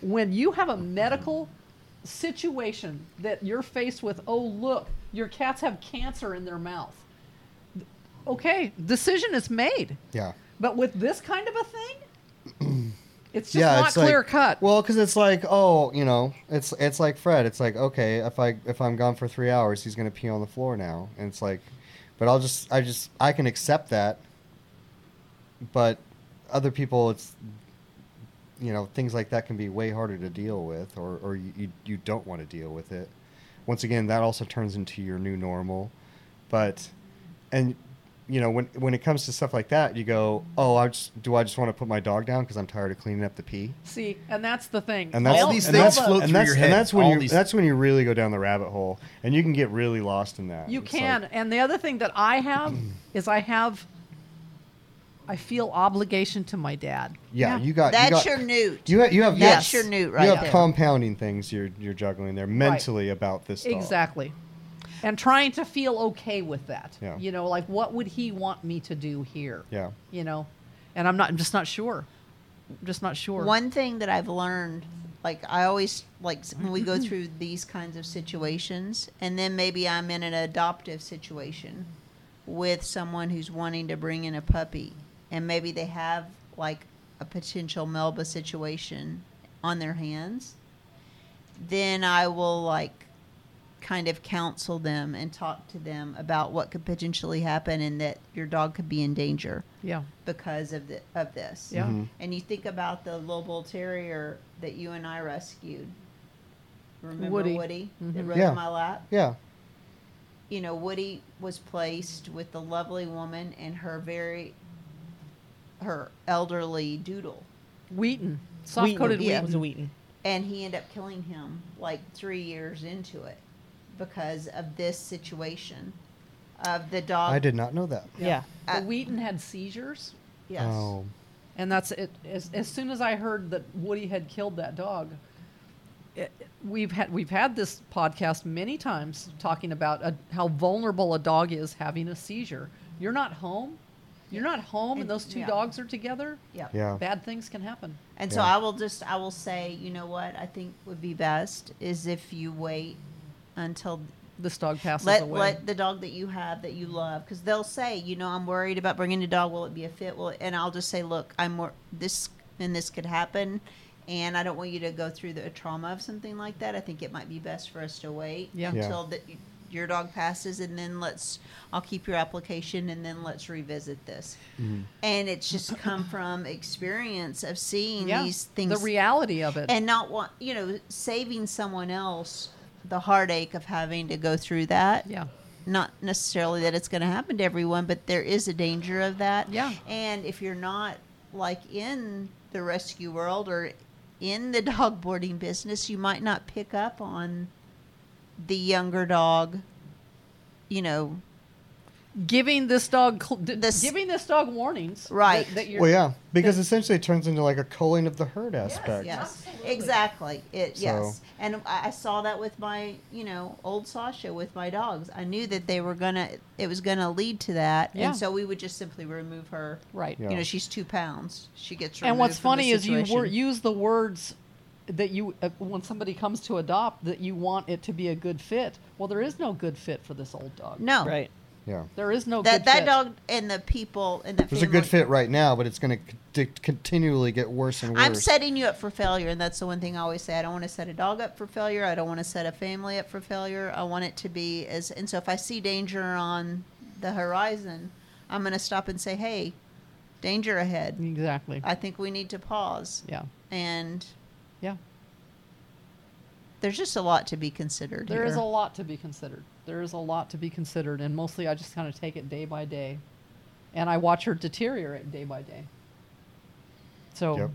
[SPEAKER 2] when you have a medical situation that you're faced with, oh, look, your cats have cancer in their mouth. Okay, decision is made.
[SPEAKER 3] yeah
[SPEAKER 2] But with this kind of a thing, it's just
[SPEAKER 3] yeah
[SPEAKER 2] not
[SPEAKER 3] it's like-
[SPEAKER 2] clear cut.
[SPEAKER 3] well because it's like oh you know it's it's like fred it's like okay if i if i'm gone for three hours he's gonna pee on the floor now and it's like but i'll just i just i can accept that but other people it's you know things like that can be way harder to deal with or, or you, you- you don't want to deal with it once again that also turns into your new normal but and you know when when it comes to stuff like that you go oh i just do i just want to put my dog down because i'm tired of cleaning up the pee
[SPEAKER 2] See, and that's the thing.
[SPEAKER 3] and that's
[SPEAKER 4] All these
[SPEAKER 3] and
[SPEAKER 4] things
[SPEAKER 3] that's-
[SPEAKER 4] float
[SPEAKER 3] and
[SPEAKER 4] through
[SPEAKER 3] that's-
[SPEAKER 4] your
[SPEAKER 3] and
[SPEAKER 4] head.
[SPEAKER 3] that's when
[SPEAKER 4] All
[SPEAKER 3] you
[SPEAKER 4] these-
[SPEAKER 3] that's when you really go down the rabbit hole and you can get really lost in that
[SPEAKER 2] You
[SPEAKER 3] It's like-
[SPEAKER 2] can. and the other thing that I have is I have, I feel obligation to my dad.
[SPEAKER 3] yeah,
[SPEAKER 1] Yeah.
[SPEAKER 3] you got
[SPEAKER 1] That's
[SPEAKER 3] you got,
[SPEAKER 1] your newt.
[SPEAKER 3] you have, you have yes,
[SPEAKER 1] That's your newt right
[SPEAKER 3] you have
[SPEAKER 1] there.
[SPEAKER 3] compounding things you're you're juggling there mentally about this dog.
[SPEAKER 2] Exactly. And trying to feel okay with that.
[SPEAKER 3] Yeah.
[SPEAKER 2] You know, like what would he want me to do here?
[SPEAKER 3] Yeah.
[SPEAKER 2] You know, and I'm not. I'm just not sure. I'm just not sure.
[SPEAKER 1] One thing that I've learned, like I always like when we go through these kinds of situations, and then maybe I'm in an adoptive situation with someone who's wanting to bring in a puppy, and maybe they have like a potential Melba situation on their hands. Then I will like kind of counsel them and talk to them about what could potentially happen and that your dog could be in danger
[SPEAKER 2] Yeah.
[SPEAKER 1] because of the of this.
[SPEAKER 2] Yeah.
[SPEAKER 3] Mm-hmm.
[SPEAKER 2] Mhm.
[SPEAKER 1] And you think about the little bull terrier that you and I rescued. Remember
[SPEAKER 2] Woody.
[SPEAKER 1] Woody, that rode
[SPEAKER 3] Yeah.
[SPEAKER 1] on my lap?
[SPEAKER 3] yeah
[SPEAKER 1] You know, Woody was placed with the lovely woman and her very her elderly doodle.
[SPEAKER 2] Wheaton. Soft coated
[SPEAKER 5] Wheaton. Yeah, it
[SPEAKER 2] Wheaton.
[SPEAKER 5] was a Wheaton.
[SPEAKER 1] And he ended up killing him like three years into it because of this situation. Of the dog
[SPEAKER 3] i did not know that
[SPEAKER 5] Yeah.
[SPEAKER 1] Uh,
[SPEAKER 2] the Wheaton had seizures,
[SPEAKER 1] Yes.
[SPEAKER 3] oh
[SPEAKER 2] and that's it. As, as soon as I heard that Woody had killed that dog, it, we've had we've had this podcast many times talking about uh how vulnerable a dog is having a seizure. You're not home. You're not home, and,
[SPEAKER 1] And-
[SPEAKER 2] those two
[SPEAKER 1] yeah.
[SPEAKER 2] dogs are together.
[SPEAKER 1] Yep.
[SPEAKER 3] yeah
[SPEAKER 2] Bad things can happen.
[SPEAKER 1] And so
[SPEAKER 3] Yeah.
[SPEAKER 1] I will just I will say, you know what I think would be best is if you wait until
[SPEAKER 2] This dog passes
[SPEAKER 1] let
[SPEAKER 2] away.
[SPEAKER 1] let the dog that you have that you love because they'll say, you know, I'm worried about bringing a dog. Will it be a fit? Will it? and I'll just say, look, I'm wor- this and this could happen, and I don't want you to go through the trauma of something like that. I think it might be best for us to wait
[SPEAKER 2] Yeah.
[SPEAKER 3] Yeah.
[SPEAKER 1] until that your dog passes, and then let's I'll keep your application, and then let's revisit this. And it's just come from experience of seeing
[SPEAKER 2] yeah.
[SPEAKER 1] these things
[SPEAKER 2] The reality of it.
[SPEAKER 1] and not want you know saving someone else the heartache of having to go through that
[SPEAKER 2] yeah.
[SPEAKER 1] not necessarily that it's going to happen to everyone but there is a danger of that
[SPEAKER 2] Yeah.
[SPEAKER 1] and if you're not like in the rescue world or in the dog boarding business you might not pick up on the younger dog you know
[SPEAKER 2] Giving this dog cl- d-
[SPEAKER 1] This-
[SPEAKER 2] giving this dog warnings.
[SPEAKER 1] Right.
[SPEAKER 2] That, that you're,
[SPEAKER 3] well yeah because essentially it turns into like a culling of the herd aspect
[SPEAKER 1] Yes,
[SPEAKER 2] Absolutely.
[SPEAKER 1] exactly. It
[SPEAKER 3] So-
[SPEAKER 1] yes, and I I saw that with my you know old Sasha with my dogs. I knew that they were gonna it was gonna lead to that,
[SPEAKER 2] Yeah.
[SPEAKER 1] and so we would just simply remove her.
[SPEAKER 2] Right.
[SPEAKER 3] Yeah.
[SPEAKER 1] You know, she's two pounds. She gets removed
[SPEAKER 2] And what's
[SPEAKER 1] from the
[SPEAKER 2] funny is you wor-
[SPEAKER 1] situation.
[SPEAKER 2] use the words that you uh, when somebody comes to adopt that you want it to be a good fit. Well, there is no good fit for this old dog.
[SPEAKER 1] no
[SPEAKER 5] Right.
[SPEAKER 3] Yeah.
[SPEAKER 2] There is no
[SPEAKER 1] that
[SPEAKER 2] good
[SPEAKER 1] that
[SPEAKER 2] fit.
[SPEAKER 1] dog and the people and the
[SPEAKER 3] There's a good
[SPEAKER 1] family-
[SPEAKER 3] fit right now, but it's going to continually get worse and worse.
[SPEAKER 1] I'm setting you up for failure, and that's the one thing I always say. I don't want to set a dog up for failure. I don't want to set a family up for failure. I want it to be as. And so, if I see danger on the horizon, I'm going to stop and say, "Hey, danger ahead.
[SPEAKER 2] Exactly.
[SPEAKER 1] I think we need to pause."
[SPEAKER 2] yeah.
[SPEAKER 1] And
[SPEAKER 2] Yeah.
[SPEAKER 1] there's just a lot to be considered.
[SPEAKER 2] There is a
[SPEAKER 1] here.
[SPEAKER 2] lot to be considered. There is a lot to be considered, and mostly I just kind of take it day by day, and I watch her deteriorate day by day. So,
[SPEAKER 3] Yep.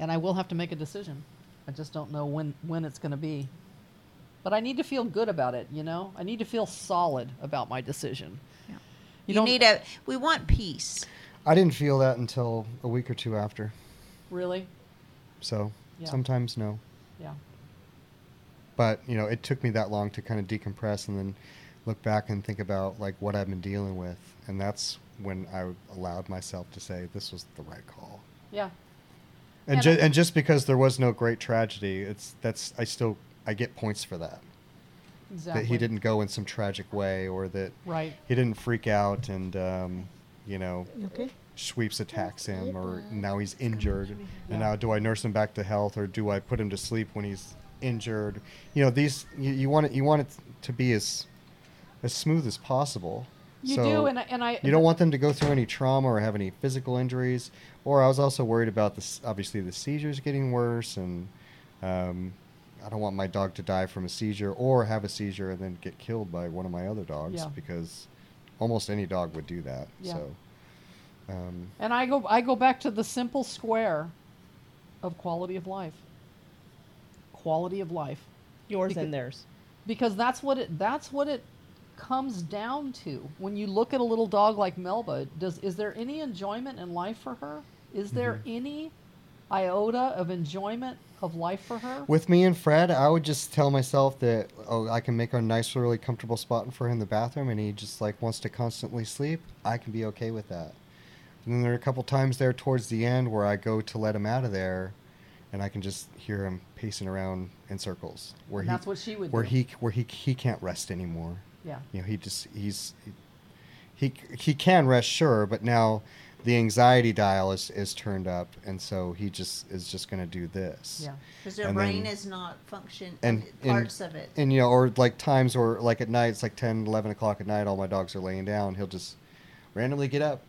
[SPEAKER 2] and I will have to make a decision. I just don't know when when it's going to be, but I need to feel good about it. You know, I need to feel solid about my decision.
[SPEAKER 1] Yeah.
[SPEAKER 2] You
[SPEAKER 1] You,
[SPEAKER 2] don't-
[SPEAKER 1] need a. We want peace.
[SPEAKER 3] I didn't feel that until a week or two after.
[SPEAKER 2] Really?
[SPEAKER 3] So
[SPEAKER 2] Yeah.
[SPEAKER 3] sometimes no.
[SPEAKER 2] Yeah.
[SPEAKER 3] But, you know, it took me that long to kind of decompress and then look back and think about like what I've been dealing with. And that's when I allowed myself to say this was the right call.
[SPEAKER 2] Yeah.
[SPEAKER 3] And,
[SPEAKER 2] And
[SPEAKER 3] ju-
[SPEAKER 2] I-
[SPEAKER 3] and just because there was no great tragedy, it's that's I still I get points for that.
[SPEAKER 2] Exactly.
[SPEAKER 3] That he didn't go in some tragic way or that
[SPEAKER 2] Right.
[SPEAKER 3] he didn't freak out and um, you know
[SPEAKER 1] Okay.
[SPEAKER 3] sweeps attacks him or now he's injured and now do i nurse him back to health or do i put him to sleep when he's injured you know these you, you want it you want it to be as as smooth as possible
[SPEAKER 2] You
[SPEAKER 3] So
[SPEAKER 2] do, and I, and I.
[SPEAKER 3] you don't want them to go through any trauma or have any physical injuries or i was also worried about this obviously the seizures getting worse and um, i don't want my dog to die from a seizure or have a seizure and then get killed by one of my other dogs
[SPEAKER 2] Yeah.
[SPEAKER 3] because almost any dog would do that
[SPEAKER 2] Yeah.
[SPEAKER 3] so um,
[SPEAKER 2] And I go I go back to the simple square of quality of life. Quality of life.
[SPEAKER 5] Yours
[SPEAKER 2] Because-
[SPEAKER 5] and theirs.
[SPEAKER 2] Because that's what it that's what it comes down to. When you look at a little dog like Melba, does is there any enjoyment in life for her? Is there
[SPEAKER 3] Mm-hmm.
[SPEAKER 2] any iota of enjoyment of life for her?
[SPEAKER 3] With me and Fred, I would just tell myself that oh, I can make a nice, really comfortable spot for him in the bathroom, and he just like wants to constantly sleep. I can be okay with that. And then there are a couple times there towards the end where I go to let him out of there, and I can just hear him pacing around in circles where
[SPEAKER 2] And
[SPEAKER 3] he
[SPEAKER 2] that's what she would
[SPEAKER 3] where
[SPEAKER 2] do.
[SPEAKER 3] he where he he can't rest anymore.
[SPEAKER 2] yeah.
[SPEAKER 3] You know, he just he's he he can rest sure, but now the anxiety dial is is turned up, and so he just is just going to do this
[SPEAKER 2] Yeah.
[SPEAKER 1] Because their
[SPEAKER 3] And
[SPEAKER 1] brain
[SPEAKER 3] then-
[SPEAKER 1] is not function.
[SPEAKER 3] and and-
[SPEAKER 1] parts of it.
[SPEAKER 3] and you know or like times or like at night it's like 10 11 o'clock at night all my dogs are laying down he'll just randomly get up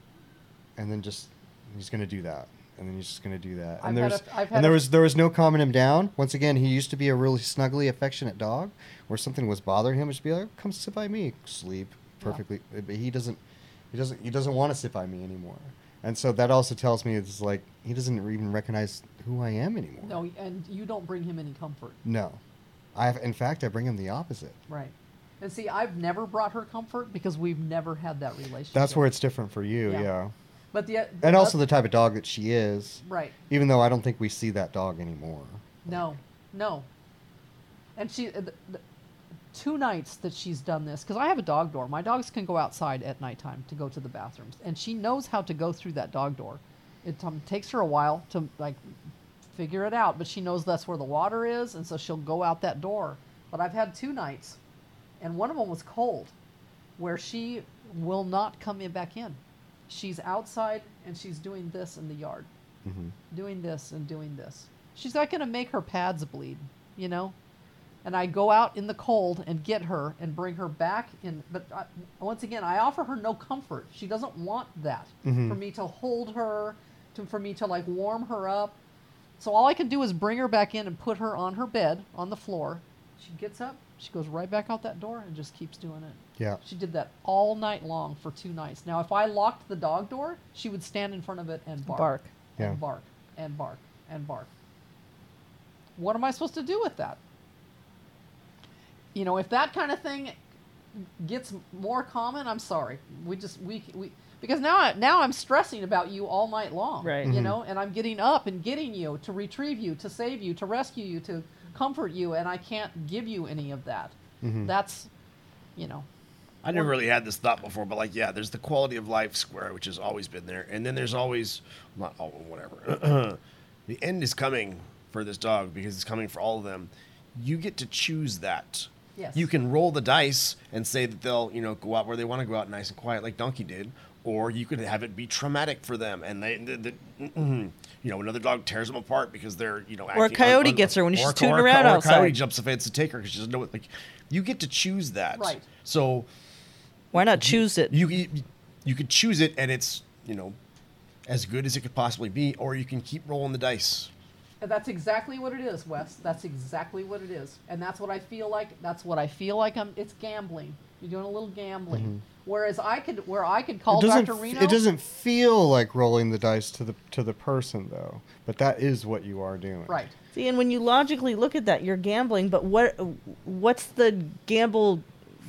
[SPEAKER 3] and then just he's gonna do that and then he's just gonna do that
[SPEAKER 2] I've
[SPEAKER 3] and
[SPEAKER 2] had
[SPEAKER 3] there's
[SPEAKER 2] a- I've had
[SPEAKER 3] and there
[SPEAKER 2] a-
[SPEAKER 3] was there was no calming him down once again he used to be a really snuggly affectionate dog where something was bothering him just be like come sit by me sleep perfectly but he doesn't he doesn't he doesn't want to sit by me anymore and so that also tells me it's like he doesn't even recognize who i am anymore
[SPEAKER 2] No, and you don't bring him any comfort.
[SPEAKER 3] no i have in fact i bring him the opposite
[SPEAKER 2] Right. And see, I've never brought her comfort because we've never had that relationship.
[SPEAKER 3] That's where it's different for you,
[SPEAKER 2] Yeah.
[SPEAKER 3] yeah.
[SPEAKER 2] But the
[SPEAKER 3] And also
[SPEAKER 2] the
[SPEAKER 3] the type of dog that she is.
[SPEAKER 2] right.
[SPEAKER 3] Even though I don't think we see that dog anymore.
[SPEAKER 2] No, no. And she, uh, th- th- two nights that she's done this, because I have a dog door. My dogs can go outside at nighttime to go to the bathrooms, and she knows how to go through that dog door. It um, takes her a while to like figure it out, but she knows that's where the water is, and so she'll go out that door. But I've had two nights, and one of them was cold, where she will not come in back in. She's outside and she's doing this in the yard doing this and doing this. She's not going to make her pads bleed, you know? And I go out in the cold and get her and bring her back in. But I, once again, I offer her no comfort. She doesn't want that for me to hold her, to, for me to like warm her up. So all I can do is bring her back in and put her on her bed on the floor. She gets up, she goes right back out that door and just keeps doing it.
[SPEAKER 3] Yeah.
[SPEAKER 2] She did that all night long for two nights. Now, if I locked the dog door, she would stand in front of it and bark.
[SPEAKER 5] Bark.
[SPEAKER 3] Yeah.
[SPEAKER 2] And bark. And bark. And bark. What am I supposed to do with that? You know, if that kind of thing gets more common, I'm sorry. We just we we because now I, now I'm stressing about you all night long.
[SPEAKER 5] Right.
[SPEAKER 3] Mm-hmm.
[SPEAKER 2] You know, and I'm getting up and getting you to retrieve you, to save you, to rescue you, to comfort you, and I can't give you any of that.
[SPEAKER 3] Mm-hmm.
[SPEAKER 2] That's, you know,
[SPEAKER 4] I never really had this thought before, but like, yeah, there's the quality of life square, which has always been there, and then there's always not all whatever. the end is coming for this dog because it's coming for all of them. You get to choose that.
[SPEAKER 2] Yes.
[SPEAKER 4] You can roll the dice and say that they'll, you know, go out where they want to go out nice and quiet like Donkey did, or you could have it be traumatic for them and they, the, the, you know, another dog tears them apart because they're, you know,
[SPEAKER 5] Or a
[SPEAKER 4] acting
[SPEAKER 5] coyote gets her when
[SPEAKER 4] or
[SPEAKER 5] she's
[SPEAKER 4] a co-
[SPEAKER 5] tooting
[SPEAKER 4] or a co-
[SPEAKER 5] around
[SPEAKER 4] or A coyote
[SPEAKER 5] outside.
[SPEAKER 4] jumps the fence to take her because she doesn't know what, like, you get to choose that.
[SPEAKER 2] Right.
[SPEAKER 4] So
[SPEAKER 5] Why not choose it?
[SPEAKER 4] you, you you could choose it and it's, you know, as good as it could possibly be, or you can keep rolling the dice.
[SPEAKER 2] And that's exactly what it is, Wes. That's exactly what it is. And that's what I feel like. That's what I feel like. I'm. It's gambling. You're doing a little gambling. Whereas I could, where I could call
[SPEAKER 3] Mm-hmm. it doesn't.
[SPEAKER 2] Dr.
[SPEAKER 3] f-
[SPEAKER 2] Reno.
[SPEAKER 3] It doesn't feel like rolling the dice to the to the person though, but that is what you are doing.
[SPEAKER 2] Right.
[SPEAKER 5] See, and when you logically look at that, you're gambling. But what what's the gamble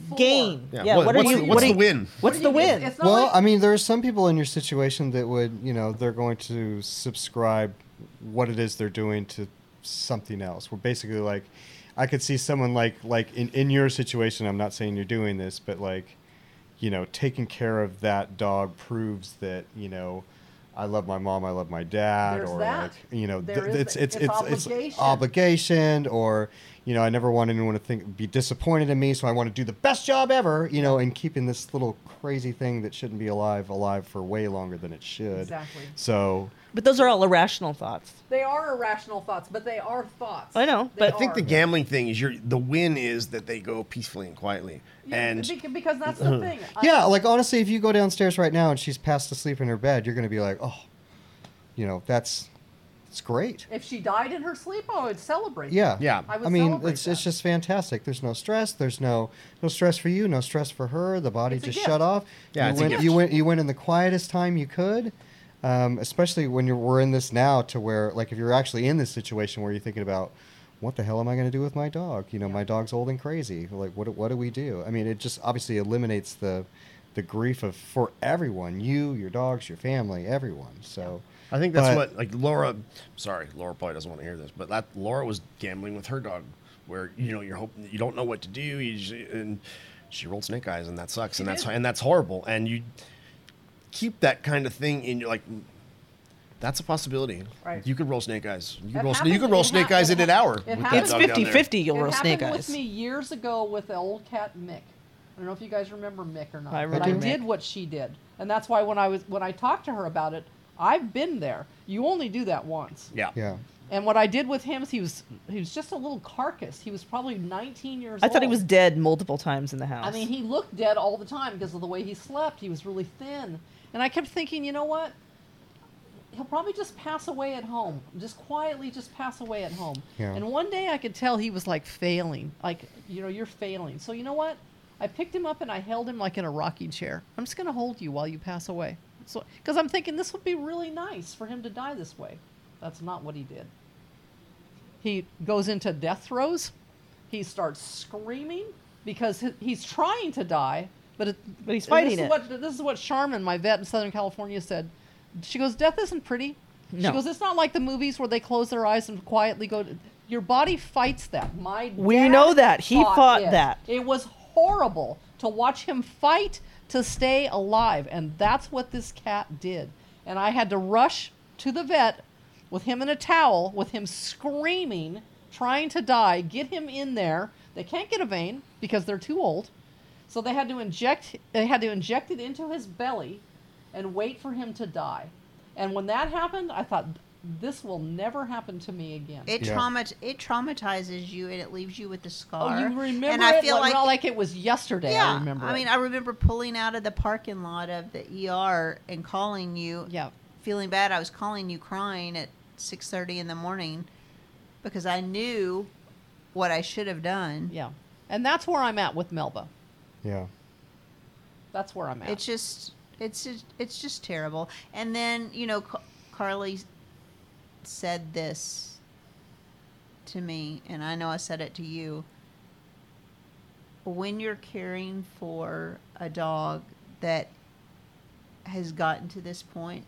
[SPEAKER 2] For.
[SPEAKER 5] gain?
[SPEAKER 4] Yeah, what-
[SPEAKER 5] what are
[SPEAKER 4] what's
[SPEAKER 5] you?
[SPEAKER 4] the-
[SPEAKER 5] what
[SPEAKER 4] what's
[SPEAKER 5] are
[SPEAKER 4] the
[SPEAKER 5] you-
[SPEAKER 4] win?
[SPEAKER 5] What's
[SPEAKER 2] What
[SPEAKER 5] the
[SPEAKER 2] do you-
[SPEAKER 5] win?
[SPEAKER 2] It's not
[SPEAKER 3] Well,
[SPEAKER 2] like-
[SPEAKER 3] I mean, there are some people in your situation that would, you know, they're going to subscribe what it is they're doing to something else. We're basically like, I could see someone like, like in, in your situation, I'm not saying you're doing this, but like, you know, taking care of that dog proves that, you know, I love my mom, I love my dad,
[SPEAKER 2] There's
[SPEAKER 3] or
[SPEAKER 2] that.
[SPEAKER 3] like, you know, th-
[SPEAKER 2] There is
[SPEAKER 3] it's,
[SPEAKER 2] that.
[SPEAKER 3] it's,
[SPEAKER 2] It's
[SPEAKER 3] it's, it's,
[SPEAKER 2] obligation.
[SPEAKER 3] obligation or, you know, I never want anyone to think, be disappointed in me. So I want to do the best job ever, you know, and keeping this little crazy thing that shouldn't be alive, alive for way longer than it should.
[SPEAKER 2] Exactly.
[SPEAKER 3] So
[SPEAKER 5] But those are all irrational thoughts.
[SPEAKER 2] They are irrational thoughts, but they are thoughts.
[SPEAKER 5] I know,
[SPEAKER 2] They
[SPEAKER 5] but-
[SPEAKER 4] I think the
[SPEAKER 2] are.
[SPEAKER 4] gambling thing is your the win is that they go peacefully and quietly.
[SPEAKER 2] Yeah,
[SPEAKER 4] and
[SPEAKER 2] beca- because that's the thing. I-
[SPEAKER 3] Uh-huh. yeah, like honestly, if you go downstairs right now and she's passed asleep in her bed, you're going to be like, oh, you know, that's, it's great.
[SPEAKER 2] If she died in her sleep, I would celebrate.
[SPEAKER 3] Yeah.
[SPEAKER 4] Yeah.
[SPEAKER 2] I
[SPEAKER 3] I,
[SPEAKER 2] would
[SPEAKER 3] mean,
[SPEAKER 2] celebrate
[SPEAKER 3] it's, it's
[SPEAKER 2] that.
[SPEAKER 3] just fantastic. There's no stress. There's no no stress for you. No stress for her. The body
[SPEAKER 2] It's a
[SPEAKER 3] just
[SPEAKER 2] gift.
[SPEAKER 3] shut off.
[SPEAKER 4] Yeah,
[SPEAKER 3] You
[SPEAKER 4] it's a
[SPEAKER 3] went,
[SPEAKER 4] gift.
[SPEAKER 3] you went you went in the quietest time you could. Um, especially when you're we're in this now to where like if you're actually in this situation where you're thinking about what the hell am I going to do with my dog? You know, my dog's old and crazy. Like what do- what do we do? I mean, it just obviously eliminates the the grief of for everyone, you, your dogs, your family, everyone. So
[SPEAKER 4] I think that's
[SPEAKER 3] but-
[SPEAKER 4] what like Laura. Sorry, Laura probably doesn't want to hear this, but that Laura was gambling with her dog, where you know you're hoping you don't know what to do, you just, and she rolled snake eyes, and that sucks, and that's
[SPEAKER 2] did.
[SPEAKER 4] and that's horrible, and you keep that kind of thing in your like. That's a possibility.
[SPEAKER 2] Right.
[SPEAKER 4] You could roll snake eyes. You could
[SPEAKER 2] It
[SPEAKER 4] roll.
[SPEAKER 2] happens-
[SPEAKER 4] you could roll
[SPEAKER 2] it
[SPEAKER 4] snake
[SPEAKER 2] hap-
[SPEAKER 4] eyes
[SPEAKER 2] it
[SPEAKER 4] in an
[SPEAKER 2] hap-
[SPEAKER 4] hour.
[SPEAKER 2] it
[SPEAKER 4] with that
[SPEAKER 2] happens-
[SPEAKER 5] It's
[SPEAKER 4] dog down there.
[SPEAKER 5] 50 50 you'll
[SPEAKER 2] it
[SPEAKER 5] roll snake
[SPEAKER 2] happened
[SPEAKER 5] eyes.
[SPEAKER 2] with me years ago with the old cat Mick. I don't know if you guys remember Mick or not.
[SPEAKER 5] I
[SPEAKER 2] but I
[SPEAKER 5] remember Mick.
[SPEAKER 2] did what she did, and that's why when I was when I talked to her about it, I've been there. You only do that once.
[SPEAKER 4] Yeah.
[SPEAKER 3] yeah.
[SPEAKER 2] And what I did with him is he was he was just a little carcass. He was probably 19 years
[SPEAKER 5] I
[SPEAKER 2] old.
[SPEAKER 5] thought he was dead multiple times in the house.
[SPEAKER 2] I mean, he looked dead all the time because of the way he slept. He was really thin. And I kept thinking, you know what? He'll probably just pass away at home. Just quietly just pass away at home.
[SPEAKER 3] Yeah.
[SPEAKER 2] And one day I could tell he was like failing. Like, you know, you're failing. So, you know what? I picked him up and I held him like in a rocking chair. I'm just going to hold you while you pass away. So, because I'm thinking this would be really nice for him to die this way. That's not what he did. He goes into death throes. He starts screaming because he- he's trying to die, but it,
[SPEAKER 5] But he's
[SPEAKER 2] and
[SPEAKER 5] fighting
[SPEAKER 2] this is
[SPEAKER 5] it.
[SPEAKER 2] what- this is what Charmin, my vet in Southern California, said. She goes, "Death isn't pretty." She
[SPEAKER 5] No.
[SPEAKER 2] goes, "It's not like the movies where they close their eyes and quietly go." To, your body fights that. My
[SPEAKER 5] We
[SPEAKER 2] dad
[SPEAKER 5] know that. He fought
[SPEAKER 2] it.
[SPEAKER 5] that.
[SPEAKER 2] It was horrible to watch him fight to stay alive, and that's what this cat did. And I had to rush to the vet with him in a towel, with him screaming, trying to die, get him in there. They can't get a vein because they're too old. So they had to inject they had to inject it into his belly and wait for him to die. And when that happened, I thought this will never happen to me again.
[SPEAKER 1] It
[SPEAKER 3] Yeah.
[SPEAKER 1] traumat it traumatizes you and it leaves you with the
[SPEAKER 2] Oh,
[SPEAKER 1] scar.
[SPEAKER 2] you remember
[SPEAKER 1] and I
[SPEAKER 2] it?
[SPEAKER 1] feel
[SPEAKER 2] like,
[SPEAKER 1] like,
[SPEAKER 2] well, like it was yesterday.
[SPEAKER 1] yeah,
[SPEAKER 2] I remember.
[SPEAKER 1] mean,
[SPEAKER 2] it.
[SPEAKER 1] I remember pulling out of the parking lot of the ER and calling you.
[SPEAKER 2] yeah,
[SPEAKER 1] feeling bad. I was calling you crying at 6:30 in the morning because I knew what I should have done.
[SPEAKER 2] yeah, and that's where I'm at with Melba.
[SPEAKER 3] Yeah.
[SPEAKER 2] That's where I'm at.
[SPEAKER 1] It's just it's just, it's just terrible. And then, you know, Ca- Carly said this to me and I know I said it to you. When you're caring for a dog that has gotten to this point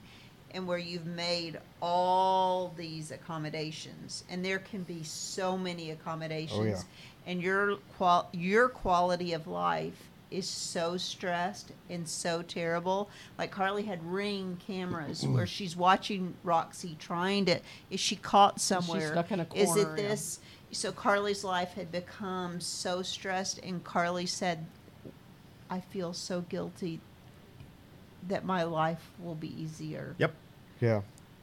[SPEAKER 1] and where you've made all these accommodations and there can be so many accommodations and your qual- your quality of life is so stressed and so terrible like carly had ring cameras where she's watching roxy trying to is she caught somewhere
[SPEAKER 2] stuck in a
[SPEAKER 1] is
[SPEAKER 2] corner,
[SPEAKER 1] it
[SPEAKER 2] yeah.
[SPEAKER 1] this so Carly's life had become so stressed, and Carly said, "I feel so guilty that my life will be easier."
[SPEAKER 4] Yep.
[SPEAKER 3] Yeah.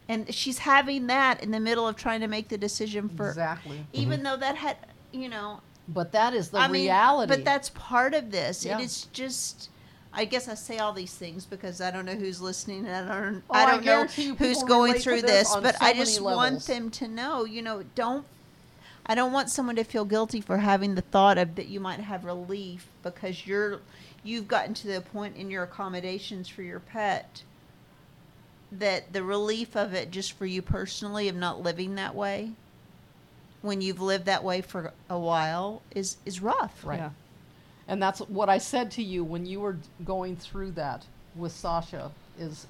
[SPEAKER 1] And she's having that in the middle of trying to make the decision for,
[SPEAKER 2] exactly.
[SPEAKER 1] even though that had, you know,
[SPEAKER 2] But that is the
[SPEAKER 1] I mean,
[SPEAKER 2] reality.
[SPEAKER 1] but that's part of this.
[SPEAKER 2] Yeah.
[SPEAKER 1] It is just. I guess I say all these things because I don't know who's listening and I don't
[SPEAKER 2] Oh,
[SPEAKER 1] I
[SPEAKER 2] I
[SPEAKER 1] don't know
[SPEAKER 2] guarantee you
[SPEAKER 1] who's
[SPEAKER 2] people
[SPEAKER 1] going
[SPEAKER 2] relate to
[SPEAKER 1] through
[SPEAKER 2] this
[SPEAKER 1] this,
[SPEAKER 2] on
[SPEAKER 1] but
[SPEAKER 2] so
[SPEAKER 1] I
[SPEAKER 2] many
[SPEAKER 1] just want
[SPEAKER 2] levels.
[SPEAKER 1] them to know, you know, don't I don't want someone to feel guilty for having the thought of that you might have relief because you're you've gotten to the point in your accommodations for your pet that the relief of it just for you personally of not living that way when you've lived that way for a while is is rough.
[SPEAKER 2] Right.
[SPEAKER 5] Yeah.
[SPEAKER 2] And that's what I said to you when you were going through that with Sasha is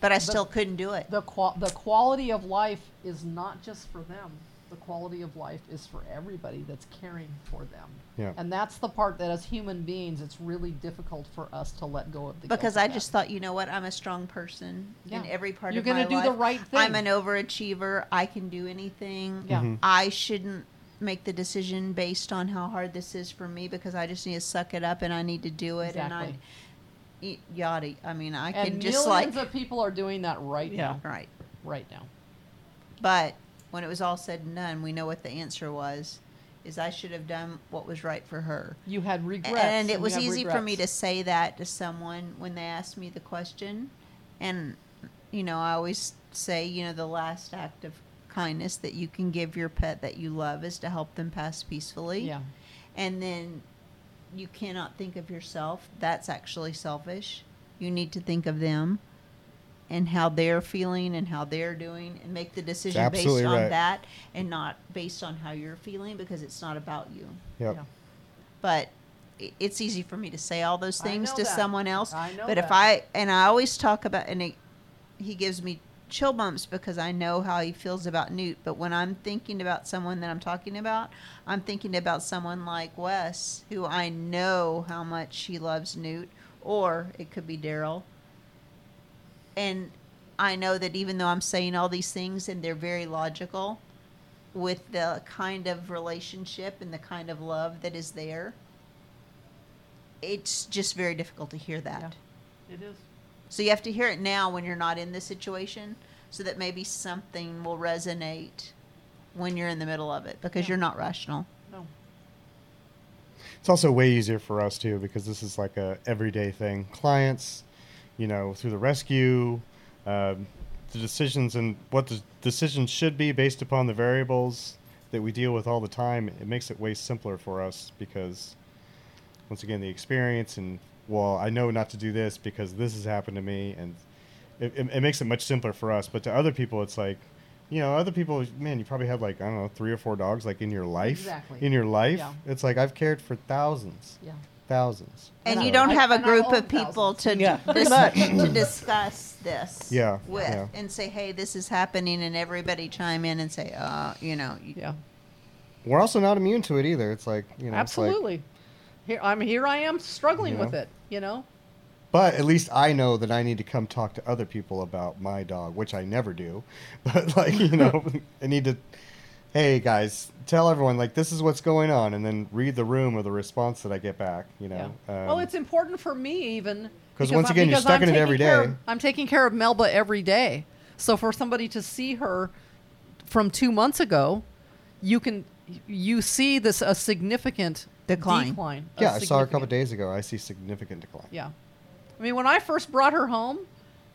[SPEAKER 1] But I still couldn't do it.
[SPEAKER 2] the qual- the quality of life is not just for them. The quality of life is for everybody that's caring for them.
[SPEAKER 3] Yeah.
[SPEAKER 2] And that's the part that as human beings it's really difficult for us to let go of the guilt
[SPEAKER 1] because
[SPEAKER 2] of
[SPEAKER 1] I
[SPEAKER 2] that.
[SPEAKER 1] just thought, you know what? I'm a strong person in
[SPEAKER 2] Yeah.
[SPEAKER 1] every part
[SPEAKER 2] You're
[SPEAKER 1] of my
[SPEAKER 2] gonna do
[SPEAKER 1] life.
[SPEAKER 2] the right
[SPEAKER 1] I'm
[SPEAKER 2] thing.
[SPEAKER 1] an overachiever. I can do anything.
[SPEAKER 2] Yeah. Mhm.
[SPEAKER 1] I shouldn't make the decision based on how hard this is for me because I just need to suck it up and I need to do it. And I,
[SPEAKER 2] Exactly.
[SPEAKER 1] y- yada. I mean, I
[SPEAKER 2] and
[SPEAKER 1] can just like
[SPEAKER 2] millions of people are doing that right
[SPEAKER 5] Yeah.
[SPEAKER 2] now.
[SPEAKER 1] right.
[SPEAKER 2] Right now.
[SPEAKER 1] But when it was all said and done, we know what the answer was: is I should have done what was right for her.
[SPEAKER 2] You had regrets.
[SPEAKER 1] and it
[SPEAKER 2] you
[SPEAKER 1] was
[SPEAKER 2] have
[SPEAKER 1] easy for me to
[SPEAKER 2] regrets.
[SPEAKER 1] say that to someone when they asked me the question and you know i always say you know the last act of kindness that you can give your pet that you love is to help them pass peacefully
[SPEAKER 2] Yeah.
[SPEAKER 1] and then you cannot think of yourself that's actually selfish you need to think of them and how they're feeling and how they're doing and make the decision based
[SPEAKER 3] absolutely
[SPEAKER 1] on
[SPEAKER 3] right.
[SPEAKER 1] that and not based on how you're feeling because it's not about you
[SPEAKER 3] Yep.
[SPEAKER 2] Yeah.
[SPEAKER 1] but i- it's easy for me to say all those
[SPEAKER 2] I
[SPEAKER 1] things
[SPEAKER 2] know
[SPEAKER 1] to
[SPEAKER 2] that.
[SPEAKER 1] someone else.
[SPEAKER 2] I know
[SPEAKER 1] but if
[SPEAKER 2] that.
[SPEAKER 1] I and I always talk about and it, he gives me chill bumps because I know how he feels about Newt. But when I'm thinking about someone that I'm talking about, I'm thinking about someone like Wes, who I know how much he loves Newt, or it could be Daryl. And I know that even though I'm saying all these things and they're very logical, with the kind of relationship and the kind of love that is there, it's just very difficult to hear that.
[SPEAKER 2] It is.
[SPEAKER 1] So you have to hear it now when you're not in this situation, so that maybe something will resonate when you're in the middle of it because
[SPEAKER 2] Yeah.
[SPEAKER 1] you're not rational.
[SPEAKER 2] No.
[SPEAKER 3] It's also way easier for us too because this is like a everyday thing. Clients, you know, through the rescue, um, the decisions and what the decisions should be based upon the variables that we deal with all the time. It makes it way simpler for us because, once again, the experience and well, I know not to do this because this has happened to me, and it, it, it makes it much simpler for us. But to other people, it's like. You know, other people, man, you probably had like I don't know, three or four dogs like in your life.
[SPEAKER 2] Exactly.
[SPEAKER 3] In your life,
[SPEAKER 2] Yeah.
[SPEAKER 3] it's like I've cared for thousands,
[SPEAKER 2] Yeah.
[SPEAKER 3] thousands.
[SPEAKER 1] And
[SPEAKER 2] And
[SPEAKER 1] you
[SPEAKER 2] I-
[SPEAKER 1] don't
[SPEAKER 2] I-
[SPEAKER 1] have a
[SPEAKER 2] and I
[SPEAKER 1] group
[SPEAKER 2] own
[SPEAKER 1] of people to
[SPEAKER 5] Yeah,
[SPEAKER 1] dis-
[SPEAKER 5] pretty much.
[SPEAKER 1] to discuss this
[SPEAKER 3] Yeah,
[SPEAKER 1] with
[SPEAKER 3] yeah.
[SPEAKER 1] and say, hey, this is happening, and everybody chime in and say, uh, you know, y-
[SPEAKER 2] Yeah.
[SPEAKER 3] We're also not immune to it either. It's like you know, it's like-
[SPEAKER 2] Absolutely. here I'm here I am struggling
[SPEAKER 3] You
[SPEAKER 2] with
[SPEAKER 3] know?
[SPEAKER 2] it, you know?
[SPEAKER 3] but at least I know that I need to come talk to other people about my dog, which I never do. But like you know, I need to. Hey guys, tell everyone like this is what's going on, and then read the room or the response that I get back. You know.
[SPEAKER 2] yeah.
[SPEAKER 3] Um,
[SPEAKER 2] well, it's important for me even because
[SPEAKER 3] once
[SPEAKER 2] I-
[SPEAKER 3] again, you're
[SPEAKER 2] because I'm
[SPEAKER 3] stuck in it
[SPEAKER 2] taking
[SPEAKER 3] every
[SPEAKER 2] care
[SPEAKER 3] day.
[SPEAKER 2] of- I'm taking care of Melba every day, so for somebody to see her from two months ago, you can you see this a significant
[SPEAKER 1] Decline.
[SPEAKER 2] decline a
[SPEAKER 3] yeah. I saw her a couple
[SPEAKER 2] significant-
[SPEAKER 3] days ago. I see significant decline.
[SPEAKER 2] Yeah, I mean when I first brought her home,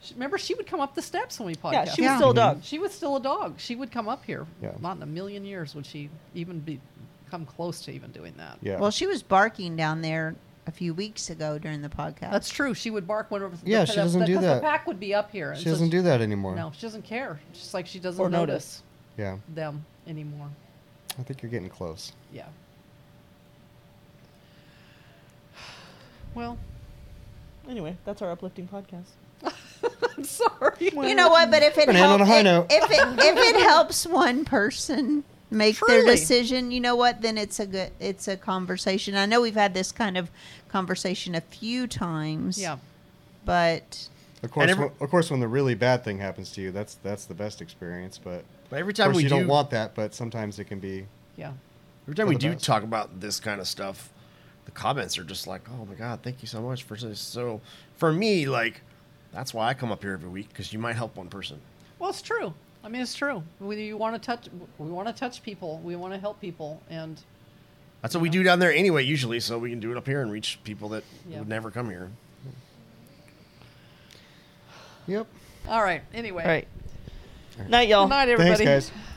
[SPEAKER 2] she, remember she would come up the steps when we podcast.
[SPEAKER 5] Yeah, she was
[SPEAKER 1] Yeah.
[SPEAKER 5] still a dog.
[SPEAKER 2] She was still a dog. She would come up here.
[SPEAKER 3] Yeah.
[SPEAKER 2] Not in a million years would she even be come close to even doing that.
[SPEAKER 3] Yeah.
[SPEAKER 1] Well, she was barking down there a few weeks ago during the podcast.
[SPEAKER 2] That's true. She would bark whenever.
[SPEAKER 3] Yeah,
[SPEAKER 2] the-
[SPEAKER 3] she
[SPEAKER 2] the-
[SPEAKER 3] doesn't
[SPEAKER 2] the-
[SPEAKER 3] do
[SPEAKER 2] 'cause
[SPEAKER 3] that.
[SPEAKER 2] The pack would be up here. and
[SPEAKER 3] she
[SPEAKER 2] so
[SPEAKER 3] doesn't do that anymore.
[SPEAKER 2] No, she doesn't care. She's like she doesn't
[SPEAKER 5] Or notice.
[SPEAKER 2] notice,
[SPEAKER 3] Yeah.
[SPEAKER 2] them anymore.
[SPEAKER 3] I think you're getting close.
[SPEAKER 2] Yeah. Well,
[SPEAKER 5] Anyway, that's our uplifting podcast.
[SPEAKER 2] I'm sorry.
[SPEAKER 1] you know what? But if it
[SPEAKER 3] Gonna end on
[SPEAKER 1] helps,
[SPEAKER 3] a high
[SPEAKER 1] if,
[SPEAKER 3] note.
[SPEAKER 1] if it if it helps one person make their
[SPEAKER 2] Truly.
[SPEAKER 1] decision, you know what? Then it's a good it's a conversation. I know we've had this kind of conversation a few times.
[SPEAKER 2] Yeah.
[SPEAKER 1] But
[SPEAKER 3] Of course,
[SPEAKER 4] every-
[SPEAKER 3] wh- of course, when the really bad thing happens to you, that's that's the best experience. But
[SPEAKER 4] But every
[SPEAKER 3] of
[SPEAKER 4] time
[SPEAKER 3] course,
[SPEAKER 4] we
[SPEAKER 3] you
[SPEAKER 4] do,
[SPEAKER 3] don't want that. But sometimes it can be.
[SPEAKER 2] Yeah.
[SPEAKER 4] every time
[SPEAKER 3] for
[SPEAKER 4] we
[SPEAKER 3] the
[SPEAKER 4] do
[SPEAKER 3] best.
[SPEAKER 4] talk about this kind of stuff, the comments are just like, "Oh my god, thank you so much for this." So for me, like, that's why I come up here every week because you might help one person.
[SPEAKER 2] Well, it's true. I mean, it's true. We want to touch. We want to touch people. We want to help people, and
[SPEAKER 4] That's what we do down there anyway, usually. So we can do it up here and reach people that
[SPEAKER 2] Yeah.
[SPEAKER 4] would never come here.
[SPEAKER 3] Yep.
[SPEAKER 2] all right. Anyway,
[SPEAKER 5] All right. Night, y'all.
[SPEAKER 2] good night, everybody.
[SPEAKER 3] Thanks, guys.